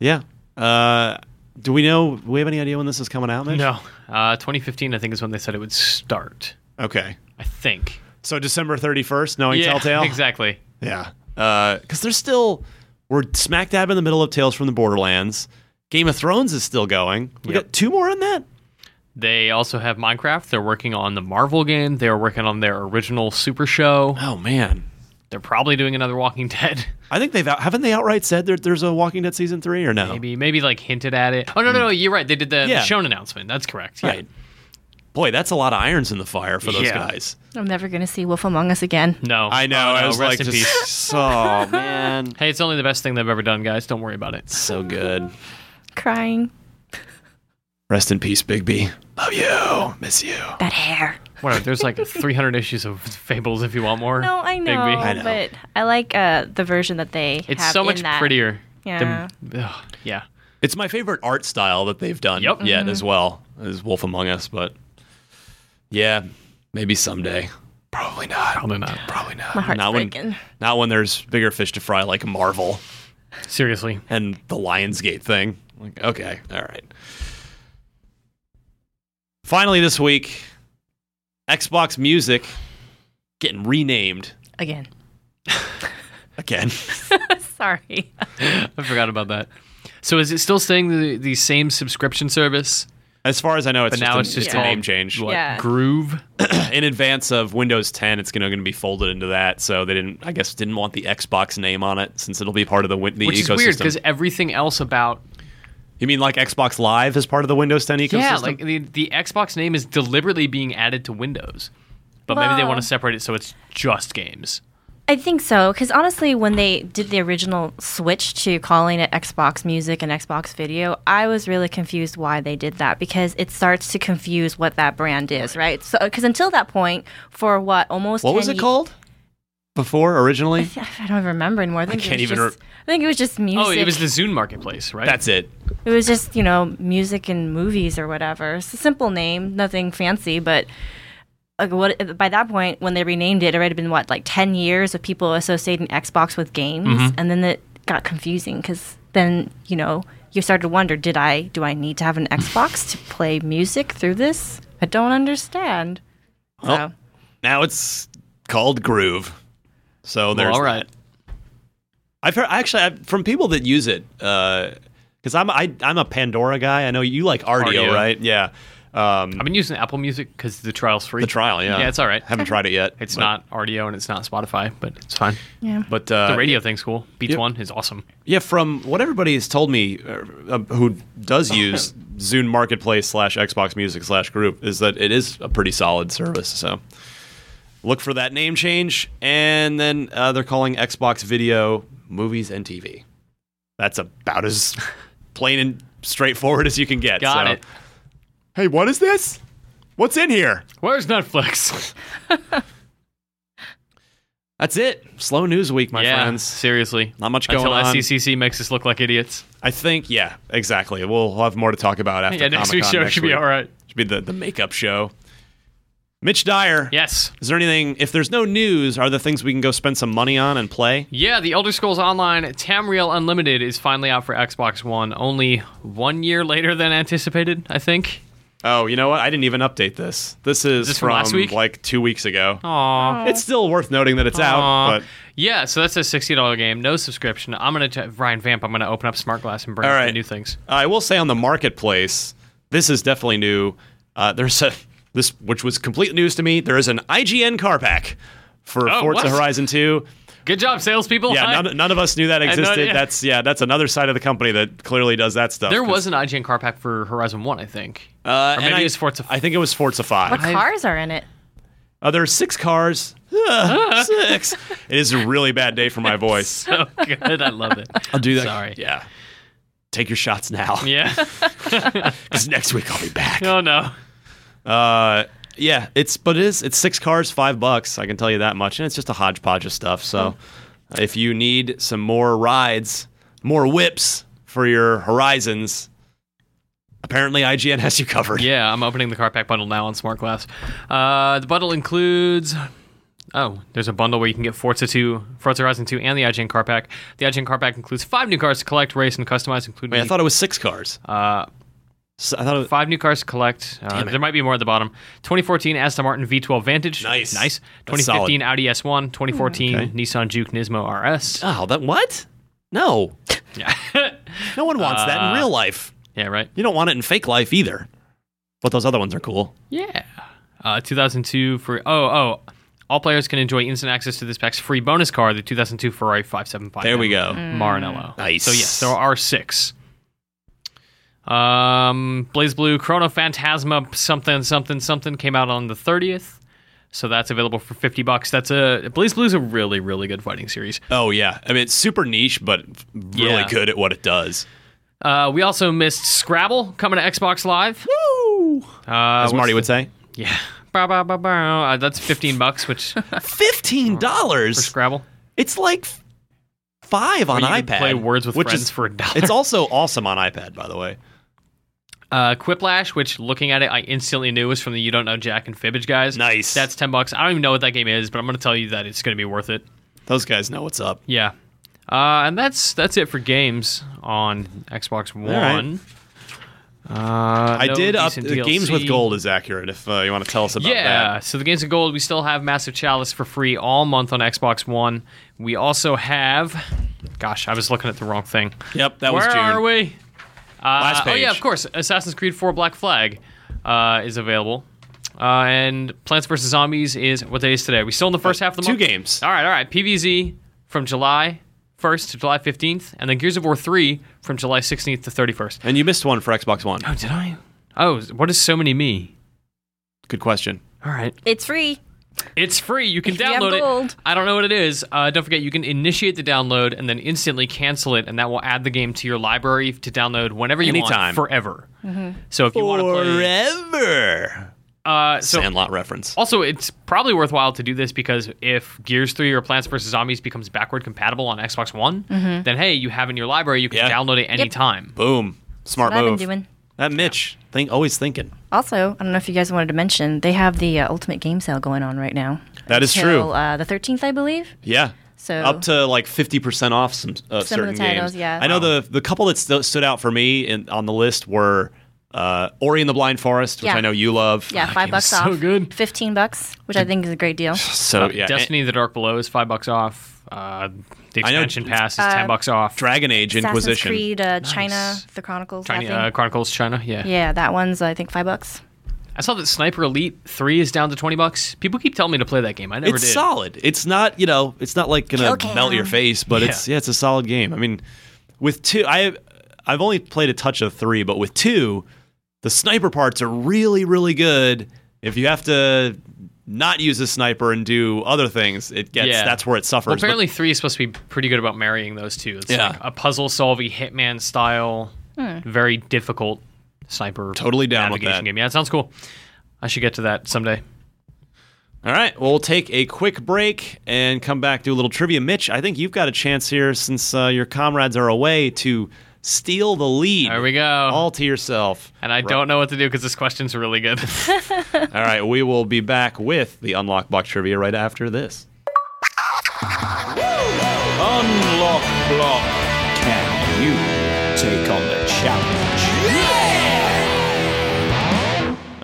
C: yeah. Uh, do we know? Do we have any idea when this is coming out? Mitch?
D: No, uh, 2015 I think is when they said it would start.
C: Okay.
D: I think.
C: So December 31st, knowing
D: yeah,
C: Telltale.
D: Exactly.
C: Yeah. Because there's still, we're smack dab in the middle of Tales from the Borderlands. Game of Thrones is still going. We got two more in that.
D: They also have Minecraft. They're working on the Marvel game. They are working on their original Super Show.
C: Oh man,
D: They're probably doing another Walking Dead.
C: I think they've out, haven't they outright said there, there's a Walking Dead season three or no?
D: Maybe maybe like hinted at it. Oh no no, no you're right. They did the,
C: Yeah.
D: the Shonen announcement. That's correct. Yeah.
C: Right. Boy, that's a lot of irons in the fire for those
D: Yeah.
C: guys.
F: I'm never going to see Wolf Among Us again.
D: No,
C: I know.
D: Oh, no,
C: I was
D: rest
C: like,
D: in
C: just,
D: peace.
C: oh man,
D: Hey, it's only the best thing they've ever done, guys. Don't worry about it.
C: so good.
F: Crying.
C: Rest in peace, Bigby. Love you. Miss you.
F: That hair.
D: Whatever. There's like 300 issues of Fables if you want more.
F: No, I know,
D: Bigby.
C: I know.
F: but I like uh, the version that they
D: It's
F: have
D: so
F: in
D: much
F: that.
D: prettier.
F: Yeah.
D: Than, ugh, yeah.
C: It's my favorite art style that they've done
D: Yep. Mm-hmm.
C: yet as well is Wolf Among Us, but yeah, maybe someday. Probably not.
D: Probably not.
C: Probably not.
F: My heart's
C: not When,
F: breaking.
C: not when there's bigger fish to fry like Marvel
D: Seriously.
C: and the Lionsgate thing. Like, okay, all right. Finally, this week, Xbox Music getting renamed
F: Again.
C: again.
F: Sorry.
D: I forgot about that. So is it still staying the, the same subscription service?
C: As far as I know, it's
D: But
C: just
D: now
C: a,
D: it's just
C: a
D: called-
C: name change.
D: What?
F: Yeah.
D: Groove?
C: in advance of Windows 10, it's going to be folded into that. So they didn't, I guess, didn't want the Xbox name on it since it'll be part of the win- the
D: Which is
C: ecosystem.
D: weird because everything else about
C: you mean like Xbox Live is part of the Windows 10 ecosystem?
D: yeah, like the, the Xbox name is deliberately being added to Windows, but maybe they
F: Well-
D: want to separate it so it's just games.
F: I think so, because honestly, when they did the original switch to calling it Xbox Music and Xbox Video, I was really confused why they did that because it starts to confuse what that brand is, right? So, because until that point, for what almost
C: what was
F: 10
C: it called before originally?
F: e- I don't even remember anymore. I, think it
C: can't
F: was
C: even
F: just-
C: re-
F: I think it was just music.
D: Oh, it was the Zune Marketplace, right?
C: That's it.
F: It was just, you know, music and movies or whatever. It's a simple name, nothing fancy, but like what by that point when they renamed it, it already been what like 10 years of people associating Xbox with games and then it got confusing cuz then, you know, you started to wonder, did I do I need to have an Xbox to play music through this? I don't understand.
C: Well,
F: So,
C: now it's called Groove. So there's
D: well, all right.
C: I've heard actually I've, from people that use it because I'm I, I'm a Pandora guy. I know you like RDO,
D: RDO.
C: right? Yeah. Um,
D: I've been using Apple Music because the trial's free.
C: the trial, yeah.
D: Yeah, it's all right.
C: Haven't tried it yet.
D: It's
C: but-
D: not RDO and it's not Spotify, but it's fine.
C: But uh,
D: the radio thing's cool. Beats
C: Yep.
D: One is awesome.
C: Yeah, from what everybody has told me, uh, uh, who does use Zune Marketplace slash Xbox Music slash Group, is that it is a pretty solid service. So look for that name change, and then uh, they're calling Xbox Video Movies and TV. That's about as plain and straightforward as you can get.
D: Got
C: so.
D: it.
C: Hey, what is this? What's in here?
D: Where's Netflix?
C: That's it. Slow news week, my
D: yeah,
C: friends.
D: seriously,
C: Not much
D: Until
C: going on.
D: SCCC makes us look like idiots.
C: I think, yeah, exactly. We'll have more to talk about after
D: yeah, next
C: Comic-Con
D: week's show
C: next
D: should
C: week.
D: be all right.
C: Should be the, the makeup show. Mitch Dyer.
D: Yes.
C: Is there anything, if there's no news, are there things we can go spend some money on and play?
D: Yeah, the Elder Scrolls Online Tamriel Unlimited is finally out for Xbox One, only one year later than anticipated, I think.
C: Oh, you know what? I didn't even update this. This is,
D: this from last week?
C: like two weeks ago.
D: Aww.
C: It's still worth noting that it's
D: Aw.
C: out, but
D: Yeah, so that's a $60 game, no subscription. I'm going to, Ryan Vamp, I'm going to open up Smart Glass and bring
C: All
D: up
C: right.
D: the new things.
C: I will say on the marketplace, this is definitely new. Uh, there's a this which was complete news to me. There is an IGN car pack for
D: Oh,
C: Forza
D: what?
C: Horizon 2.
D: Good job, salespeople. I-
C: Yeah, none, none of us knew that
D: had no
C: existed.
D: idea.
C: that's yeah, that's another side of the company that clearly does that stuff.
D: there
C: 'cause-
D: was an IGN car pack for Horizon 1, I think.
C: Uh,
D: or
C: and
D: maybe
C: I,
D: it was Forza.
C: I think it was Forza
F: what
C: Five.
F: cars are in it?
C: Uh, there are six cars. Ugh, six. It is a really bad day for my voice.
D: so good. I love it.
C: I'll do that.
D: Sorry.
C: Yeah. Take your shots now.
D: Yeah.
C: 'Cause next week I'll be back.
D: oh, no.
C: Uh, yeah. It's but it is it's six cars, five bucks. I can tell you that much, and it's just a hodgepodge of stuff. So, if you need some more rides, more whips for your horizons, apparently IGN has you covered.
D: Yeah, I'm opening the car pack bundle now on Smart Glass. Uh, the bundle includes. Oh, there's a bundle where you can get Forza 2, Forza Horizon 2, and the IGN car pack. The IGN car pack includes five new cars to collect, race, and customize, including
C: Wait, I thought it was six cars.
D: uh,
C: So I thought it was,
D: five new cars to collect. Uh,
C: Damn it.
D: there might be more at the bottom. 2014 Aston Martin V12 Vantage.
C: Nice.
D: Nice.
C: That's solid. Mm,
D: 2015 Audi S1. 2014
C: Okay.
D: Nissan Juke Nismo RS.
C: oh that what? No,
D: Yeah. Uh,
C: no one wants that in real life.
D: yeah, right?
C: You don't want it in fake life either. But those other ones are cool.
D: Yeah. Uh, 2002 for. Oh, oh. All players can enjoy instant access to this pack's free bonus car, the 2002 Ferrari 575.
C: There we go. Mm.
D: Maranello.
C: Nice.
D: So yes, there are six. Um, Blaze Blue Chrono Phantasma something something something came out on the 30th. So that's available for 50 bucks. That's a Blaze Blue's a really really good fighting series.
C: Oh yeah, I mean it's super niche, but really
D: Yeah.
C: good at what it does.
D: Uh, we also missed Scrabble coming to Xbox Live.
C: Woo!
D: Uh,
C: As Marty would say,
D: Yeah. Bow, bow, bow, bow. Uh, that's 15 bucks, which
C: fifteen
D: for
C: dollars.
D: Scrabble.
C: It's like f- five on
D: Where you
C: iPad.
D: can play Words with
C: which
D: Friends
C: is,
D: for a dollar.
C: It's also awesome on iPad, by the way.
D: Uh, Quiplash, which looking at it, I instantly knew was from the You Don't Know Jack and Fibbage guys.
C: Nice.
D: That's 10 bucks. I don't even know what that game is, but I'm going to tell you that it's going to be worth it.
C: Those guys know what's up.
D: Yeah. Uh, and that's that's it for games on Xbox One.
C: right.
D: Uh,
C: I
D: no
C: did up
D: decent
C: the games with
D: DLC.
C: gold is accurate. If uh, you want to tell us about
D: yeah,
C: that,
D: so the games of gold, we still have Massive Chalice for free all month on Xbox One. We also have, gosh, I was looking at the wrong thing.
C: Yep, that was
D: Where
C: June.
D: are we? Uh,
C: Last
D: Oh yeah,
C: page.
D: of course, Assassin's Creed 4 Black Flag uh, is available, uh, and Plants vs Zombies is what day is today? Are we still in the first half of the
C: two
D: month?
C: games.
D: All right, all right. PVZ from July 1st to July 15th, and then Gears of War 3 from July 16th to 31st.
C: and you missed one for Xbox One.
D: Oh, did I? Oh, what is so many me?
C: Good question.
D: All right.
F: It's free.
D: It's free. You can
F: If you have
D: download it.
F: gold.
D: I don't know what it is. Uh, don't forget, you can initiate the download and then instantly cancel it, and that will add the game to your library to download whenever you
C: Anytime.
D: want, forever.
F: Mm-hmm.
D: So if you want to play,
C: Forever.
D: uh, so
C: Sandlot reference.
D: also it's probably worthwhile to do this because if Gears Three or Plants vs Zombies becomes backward compatible on Xbox One, then hey, you have in your library, you can
C: Yeah.
D: download it anytime.
C: Boom. Smart
F: What I've been
C: move.
F: doing.
C: That Mitch, think always thinking.
F: Also, I don't know if you guys wanted to mention they have the uh, ultimate game sale going on right now.
C: That is
F: Till,
C: true.
F: Uh, the 13th, I believe.
C: Yeah.
F: So-
C: up to like fifty percent off some uh,
F: Some of
C: certain
F: the titles,
C: games.
F: yeah.
C: I know the the couple that st- stood out for me in, on the list were uh, Ori and the Blind Forest, which
F: Yeah.
C: I know you love.
F: Yeah, five bucks
D: so
F: off.
D: good.
F: Fifteen bucks, which I think is a great deal.
C: So yeah,
D: Destiny: The Dark Below is five bucks off. Uh, the
C: I know-
D: expansion pass is ten bucks off.
C: Dragon Age
F: Assassin's
C: Inquisition.
F: Creed, uh, China, The Chronicles. I
D: China,
F: think.
D: uh, Chronicles China, yeah.
F: yeah, that one's I think five bucks.
D: I saw that Sniper Elite Three is down to twenty bucks. People keep telling me to play that game. I never
C: It's
D: did.
C: solid. It's not you know, it's not like gonna
F: Kill Cam.
C: melt your face, but
D: Yeah.
C: it's yeah, it's a solid game. I mean, with two, I I've only played a touch of three, but with two, the sniper parts are really really good. If you have to not use a sniper and do other things, it gets
D: Yeah.
C: that's where it suffers.
D: Well,
C: But-
D: apparently three is supposed to be pretty good about marrying those two. It's
C: Yeah.
D: like a puzzle solving Hitman style, very difficult sniper.
C: Totally down with that.
D: navigation game. Yeah, it sounds cool. I should get to that someday.
C: All right, well, we'll take a quick break and come back, do a little trivia. Mitch, I think you've got a chance here since uh, your comrades are away to steal the lead.
D: There we go.
C: All to yourself.
D: and I don't know what to do because this question's really good.
C: All right, we will be back with the Unlock Block trivia right after this.
G: Unlock block. Can you take on the challenge?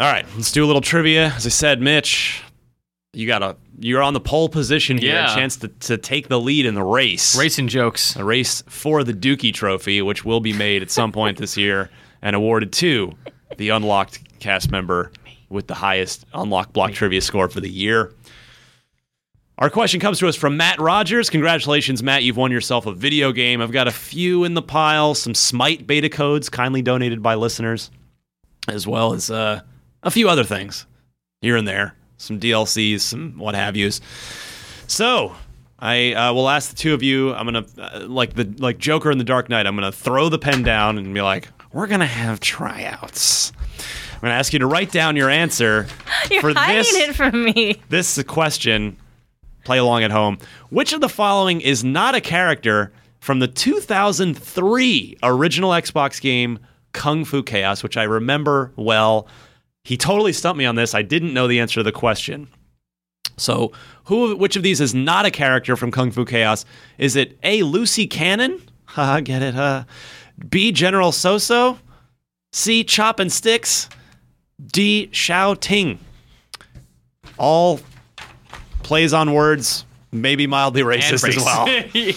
C: All right, let's do a little trivia. As I said, Mitch, you got a you're on the pole position here,
D: Yeah.
C: a chance to, to take the lead in the race.
D: Racing jokes.
C: a race for the Dookie Trophy, which will be made at some point this year and awarded to the unlocked cast member with the highest unlocked block trivia score for the year. Our question comes to us from Matt Rogers. Congratulations, Matt. You've won yourself a video game. I've got a few in the pile, some Smite beta codes kindly donated by listeners, as well as uh, a few other things here and there, some DLCs, some what have yous. So I uh, will ask the two of you. I'm gonna uh, like the like Joker in the Dark Knight. I'm gonna throw the pen down and be like, "We're gonna have tryouts." I'm gonna ask you to write down your answer
F: You're
C: for
F: hiding
C: this
F: it from me.
C: this is a question. Play along at home. Which of the following is not a character from the 2003 original Xbox game Kung Fu Chaos, which I remember well? He totally stumped me on this. I didn't know the answer to the question. So, who, which of these is not a character from Kung Fu Chaos? Is it A. Lucy Cannon? Haha, get it, huh? B. General Soso? C. Chop and Sticks? D. Xiao Ting? all plays on words, maybe mildly racist as
D: race.
C: well.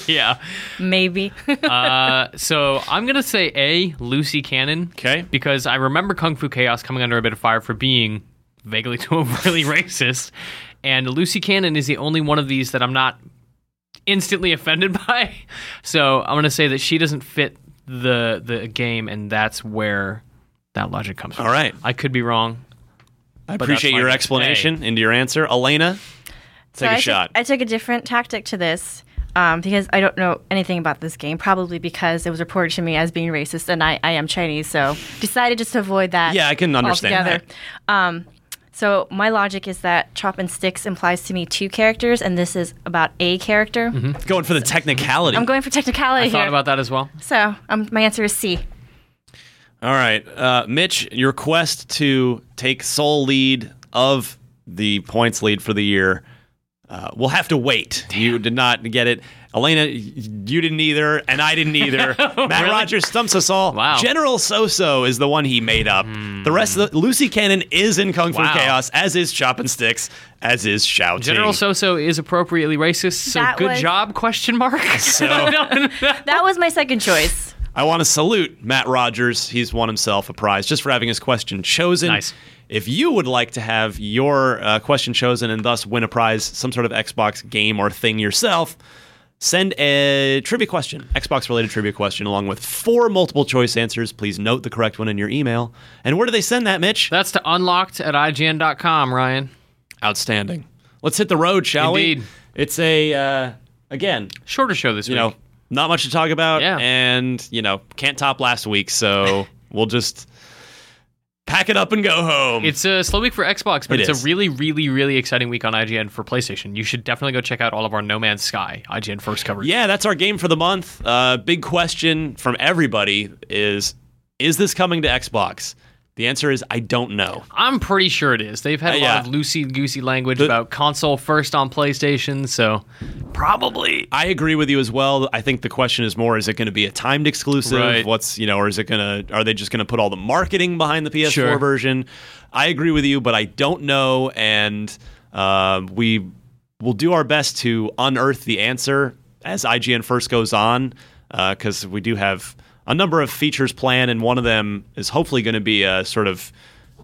D: yeah.
F: Maybe.
D: Uh, So I'm gonna say A, Lucy Cannon.
C: Okay.
D: Because I remember Kung Fu Chaos coming under a bit of fire for being vaguely to overly racist. And Lucy Cannon is the only one of these that I'm not instantly offended by. So I'm going to say that she doesn't fit the the game, and that's where that logic comes from.
C: All right.
D: I could be wrong.
C: I
D: but that's
C: appreciate your
D: fine.
C: explanation and your answer. Elena,
F: So
C: take
F: I
C: a
F: took-
C: shot.
F: I took a different tactic to this um, because I don't know anything about this game, probably because it was reported to me as being racist, and I, I am Chinese, so decided just to avoid that.
C: Yeah, I can understand
F: altogether. Um, so my logic is that chop and sticks implies to me two characters, and this is about a character.
C: Going for the technicality.
F: I'm going for technicality
D: I
F: here.
D: thought about that as well.
F: so um, my answer is C.
C: All right, uh, Mitch, your quest to take sole lead of the points lead for the year uh, will have to wait. You did not get it. Elena, y- you didn't either, and I didn't either. Matt Rogers stumps us all.
D: Wow. Hmm.
C: General Soso is the one he made up. The rest of the Lucy Cannon is in Kung Fu
D: Wow.
C: Chaos, as is Chop and Sticks, as is Shouting.
D: General Soso is appropriately racist, so
F: That
D: good
F: was-
D: job? Question mark.
F: That was my second choice.
C: I want to salute Matt Rogers. He's won himself a prize just for having his question chosen.
D: Nice.
C: If you would like to have your uh, question chosen and thus win a prize, some sort of Xbox game or thing yourself, send a trivia question, Xbox related trivia question, along with four multiple choice answers. Please note the correct one in your email. And where do they send that, Mitch?
D: That's to unlocked at IGN.com, Ryan.
C: Outstanding. Let's hit the road, shall
D: Indeed.
C: we? It's a, uh, again,
D: Shorter show this
C: you
D: week.
C: know, not much to talk about.
D: Yeah.
C: And, you know, can't top last week. So we'll just pack it up and go home.
D: It's a slow week for Xbox, but
C: It
D: it's
C: is.
D: a really, really, really exciting week on IGN for PlayStation. You should definitely go check out all of our No Man's Sky IGN first coverage.
C: yeah, that's our game for the month. Uh, big question from everybody is Is this coming to Xbox? The answer is I don't know.
D: I'm pretty sure it is. They've had a
C: Uh, yeah.
D: lot of loosey goosey language
C: The-
D: about console first on PlayStation, so probably.
C: I agree with you as well. I think the question is more: Is it going to be a timed exclusive?
D: Right.
C: What's you know, or is it going to? Are they just going to put all the marketing behind the PS4
D: Sure.
C: version? I agree with you, but I don't know, and uh, we will do our best to unearth the answer as IGN first goes on, because we do have a number of features planned, and one of them is hopefully going to be a sort of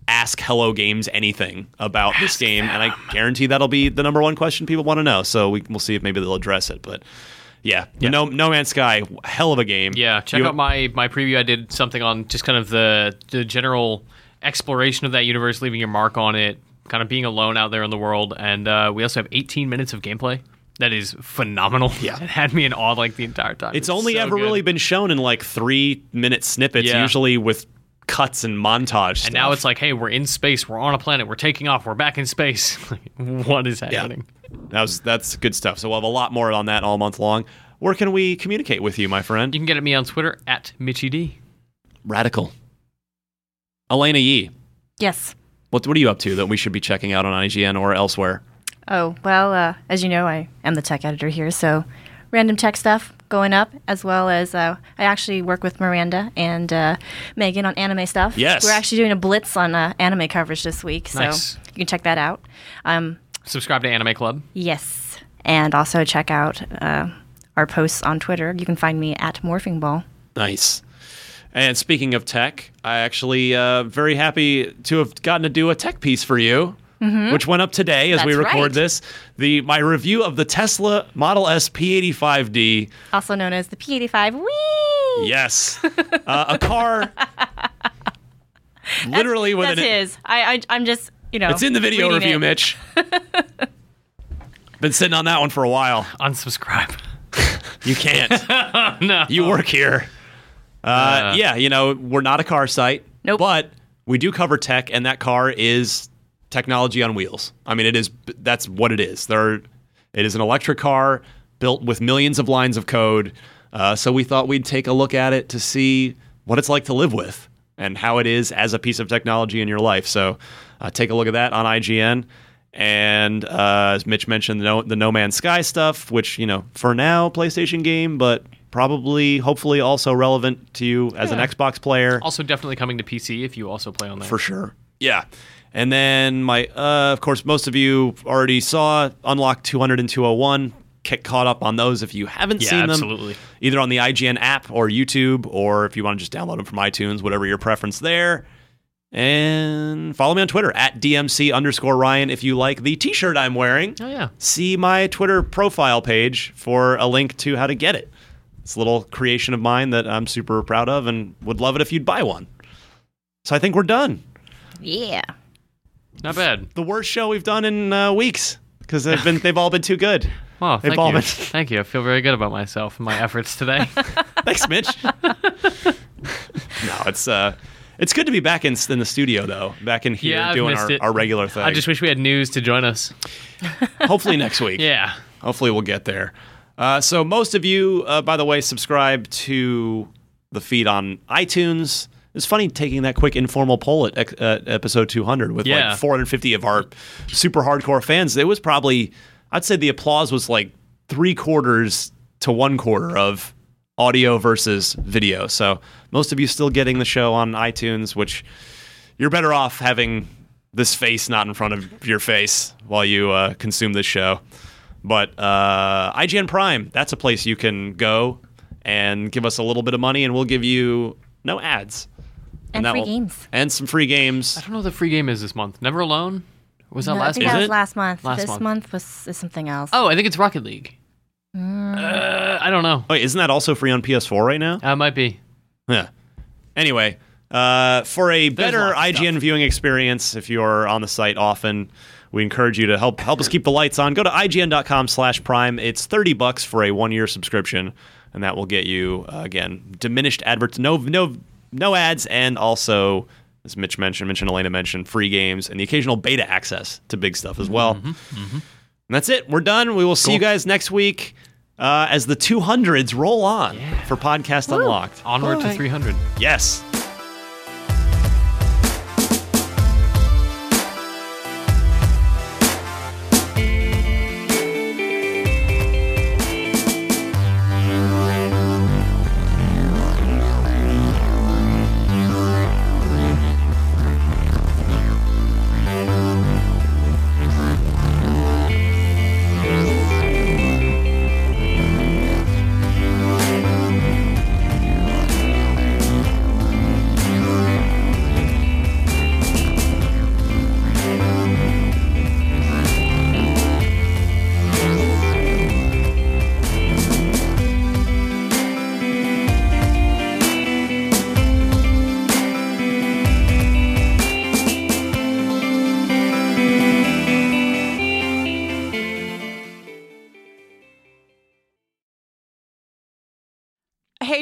C: ask Hello Games anything about this game, and I guarantee that'll be the number one question people want to know. So we, we'll see if maybe they'll address it. But yeah, No No Man's Sky, hell of a game.
D: Yeah, check
C: You-
D: out my my preview. I did something on just kind of the the general exploration of that universe, leaving your mark on it, kind of being alone out there in the world. And uh, we also have 18 minutes of gameplay. That is phenomenal. Yeah, it had me in awe like the entire time.
C: It's only
D: so
C: ever
D: good.
C: really been shown in like three minute snippets,
D: Yeah.
C: usually with cuts and montage.
D: And now it's like, hey, we're in space. We're on a planet. We're taking off. We're back in space. Like, what is happening?
C: that was that's good stuff. So we'll have a lot more on that all month long. Where can we communicate with you, my friend?
D: You can get at me on Twitter at Mitchy D.
C: Radical. Elena Yee,
F: Yes.
C: what what are you up to that we should be checking out on IGN or elsewhere?
F: Oh, well, uh, as you know, I am the tech editor here, so random tech stuff going up, as well as uh, I actually work with Miranda and uh, Megan on anime stuff.
C: Yes.
F: We're actually doing a blitz on uh, anime coverage this week, so
D: Nice.
F: you can check that out. Um,
D: Subscribe to Anime Club.
F: yes. And also check out uh, our posts on Twitter. You can find me at Morphing Ball.
C: Nice. And speaking of tech, I actually uh, very happy to have gotten to do a tech piece for you, which went up today as we
F: Mm-hmm. That's
C: record
F: right.
C: this. The my review of the Tesla Model S P85D.
F: Also known as the P85. Whee!
C: Yes, uh, a car. literally with
F: That's
C: an
F: his. I, I, I'm just, you know.
C: It's in the video
F: reading
C: review,
F: it.
C: Mitch. Been sitting on that one for a while.
D: Unsubscribe.
C: You can't. no. You work here. Uh, yeah, you know, we're not a car site.
F: Nope.
C: But we do cover tech, and that car is technology on wheels. I mean, it is. That's what it is. There, are- it is an electric car built with millions of lines of code. Uh, so we thought we'd take a look at it to see what it's like to live with and how it is as a piece of technology in your life. So uh, take a look at that on IGN. And uh, as Mitch mentioned, the no, the no Man's Sky stuff, which, you know, for now, PlayStation game, but probably, hopefully, also relevant to you as an Xbox player.
D: Also, definitely coming to PC if you also play on that.
C: For sure. Yeah. And then my, uh, of course, most of you already saw Unlock 200 and 201. Get caught up on those if you haven't
D: Yeah,
C: seen them.
D: absolutely.
C: Either on the IGN app or YouTube, or if you want to just download them from iTunes, whatever your preference there. And follow me on Twitter at DMC underscore Ryan if you like the t shirt I'm wearing.
D: Oh, yeah.
C: See my Twitter profile page for a link to how to get it. It's a little creation of mine that I'm super proud of and would love it if you'd buy one. So I think we're done.
F: Yeah.
D: Not bad.
C: The worst show we've done in uh, weeks because they've been they've all been too good.
D: Wow,
C: They've
D: thank
C: all
D: you.
C: been-
D: thank you. I feel very good about myself and my efforts today.
C: Thanks, Mitch. no, it's uh, it's good to be back in in the studio though, back in here
D: yeah, I've
C: doing
D: missed
C: our,
D: it.
C: our regular thing.
D: I just wish we had news to join us.
C: Hopefully next week.
D: Yeah.
C: Hopefully we'll get there. Uh, so most of you, uh, by the way, subscribe to the feed on iTunes. It's funny taking that quick informal poll at ec- uh, episode 200 with
D: Yeah.
C: like 450 of our super hardcore fans. It was probably, I'd say the applause was like three quarters to one quarter of audio versus video. So most of you still getting the show on iTunes, which you're better off having this face not in front of your face while you uh, consume this show. But uh, IGN Prime, that's a place you can go and give us a little bit of money, and we'll give you no ads
F: And
C: that
F: free
C: will-
F: games.
C: and some free games.
D: I don't know what the free game is this month. Never Alone? Was that
F: No, I
D: last
F: think
D: month?
F: that was last month.
D: Last
F: this
D: month.
F: month, was is something else.
D: Oh, I think it's Rocket League. Uh, I don't know.
C: Wait, Oh, isn't that also free on PS4 right now?
D: Uh, it might be.
C: Yeah. Anyway, uh, for a better
D: lots of
C: IGN viewing experience, if you're on the site often, we encourage you to help help us keep the lights on. Go to ign.com slash prime. It's 30 bucks for a one-year subscription, and that will get you, uh, again, diminished adverts, no, no, no ads, and also, as Mitch mentioned, Mitch and Elena mentioned, free games and the occasional beta access to big stuff
D: Mm-hmm,
C: as well. And that's it. We're done. We will see you guys next week uh, as the 200s roll on for Podcast Unlocked.
D: Onward
C: Bye.
D: to 300.
C: Yes.
H: Hey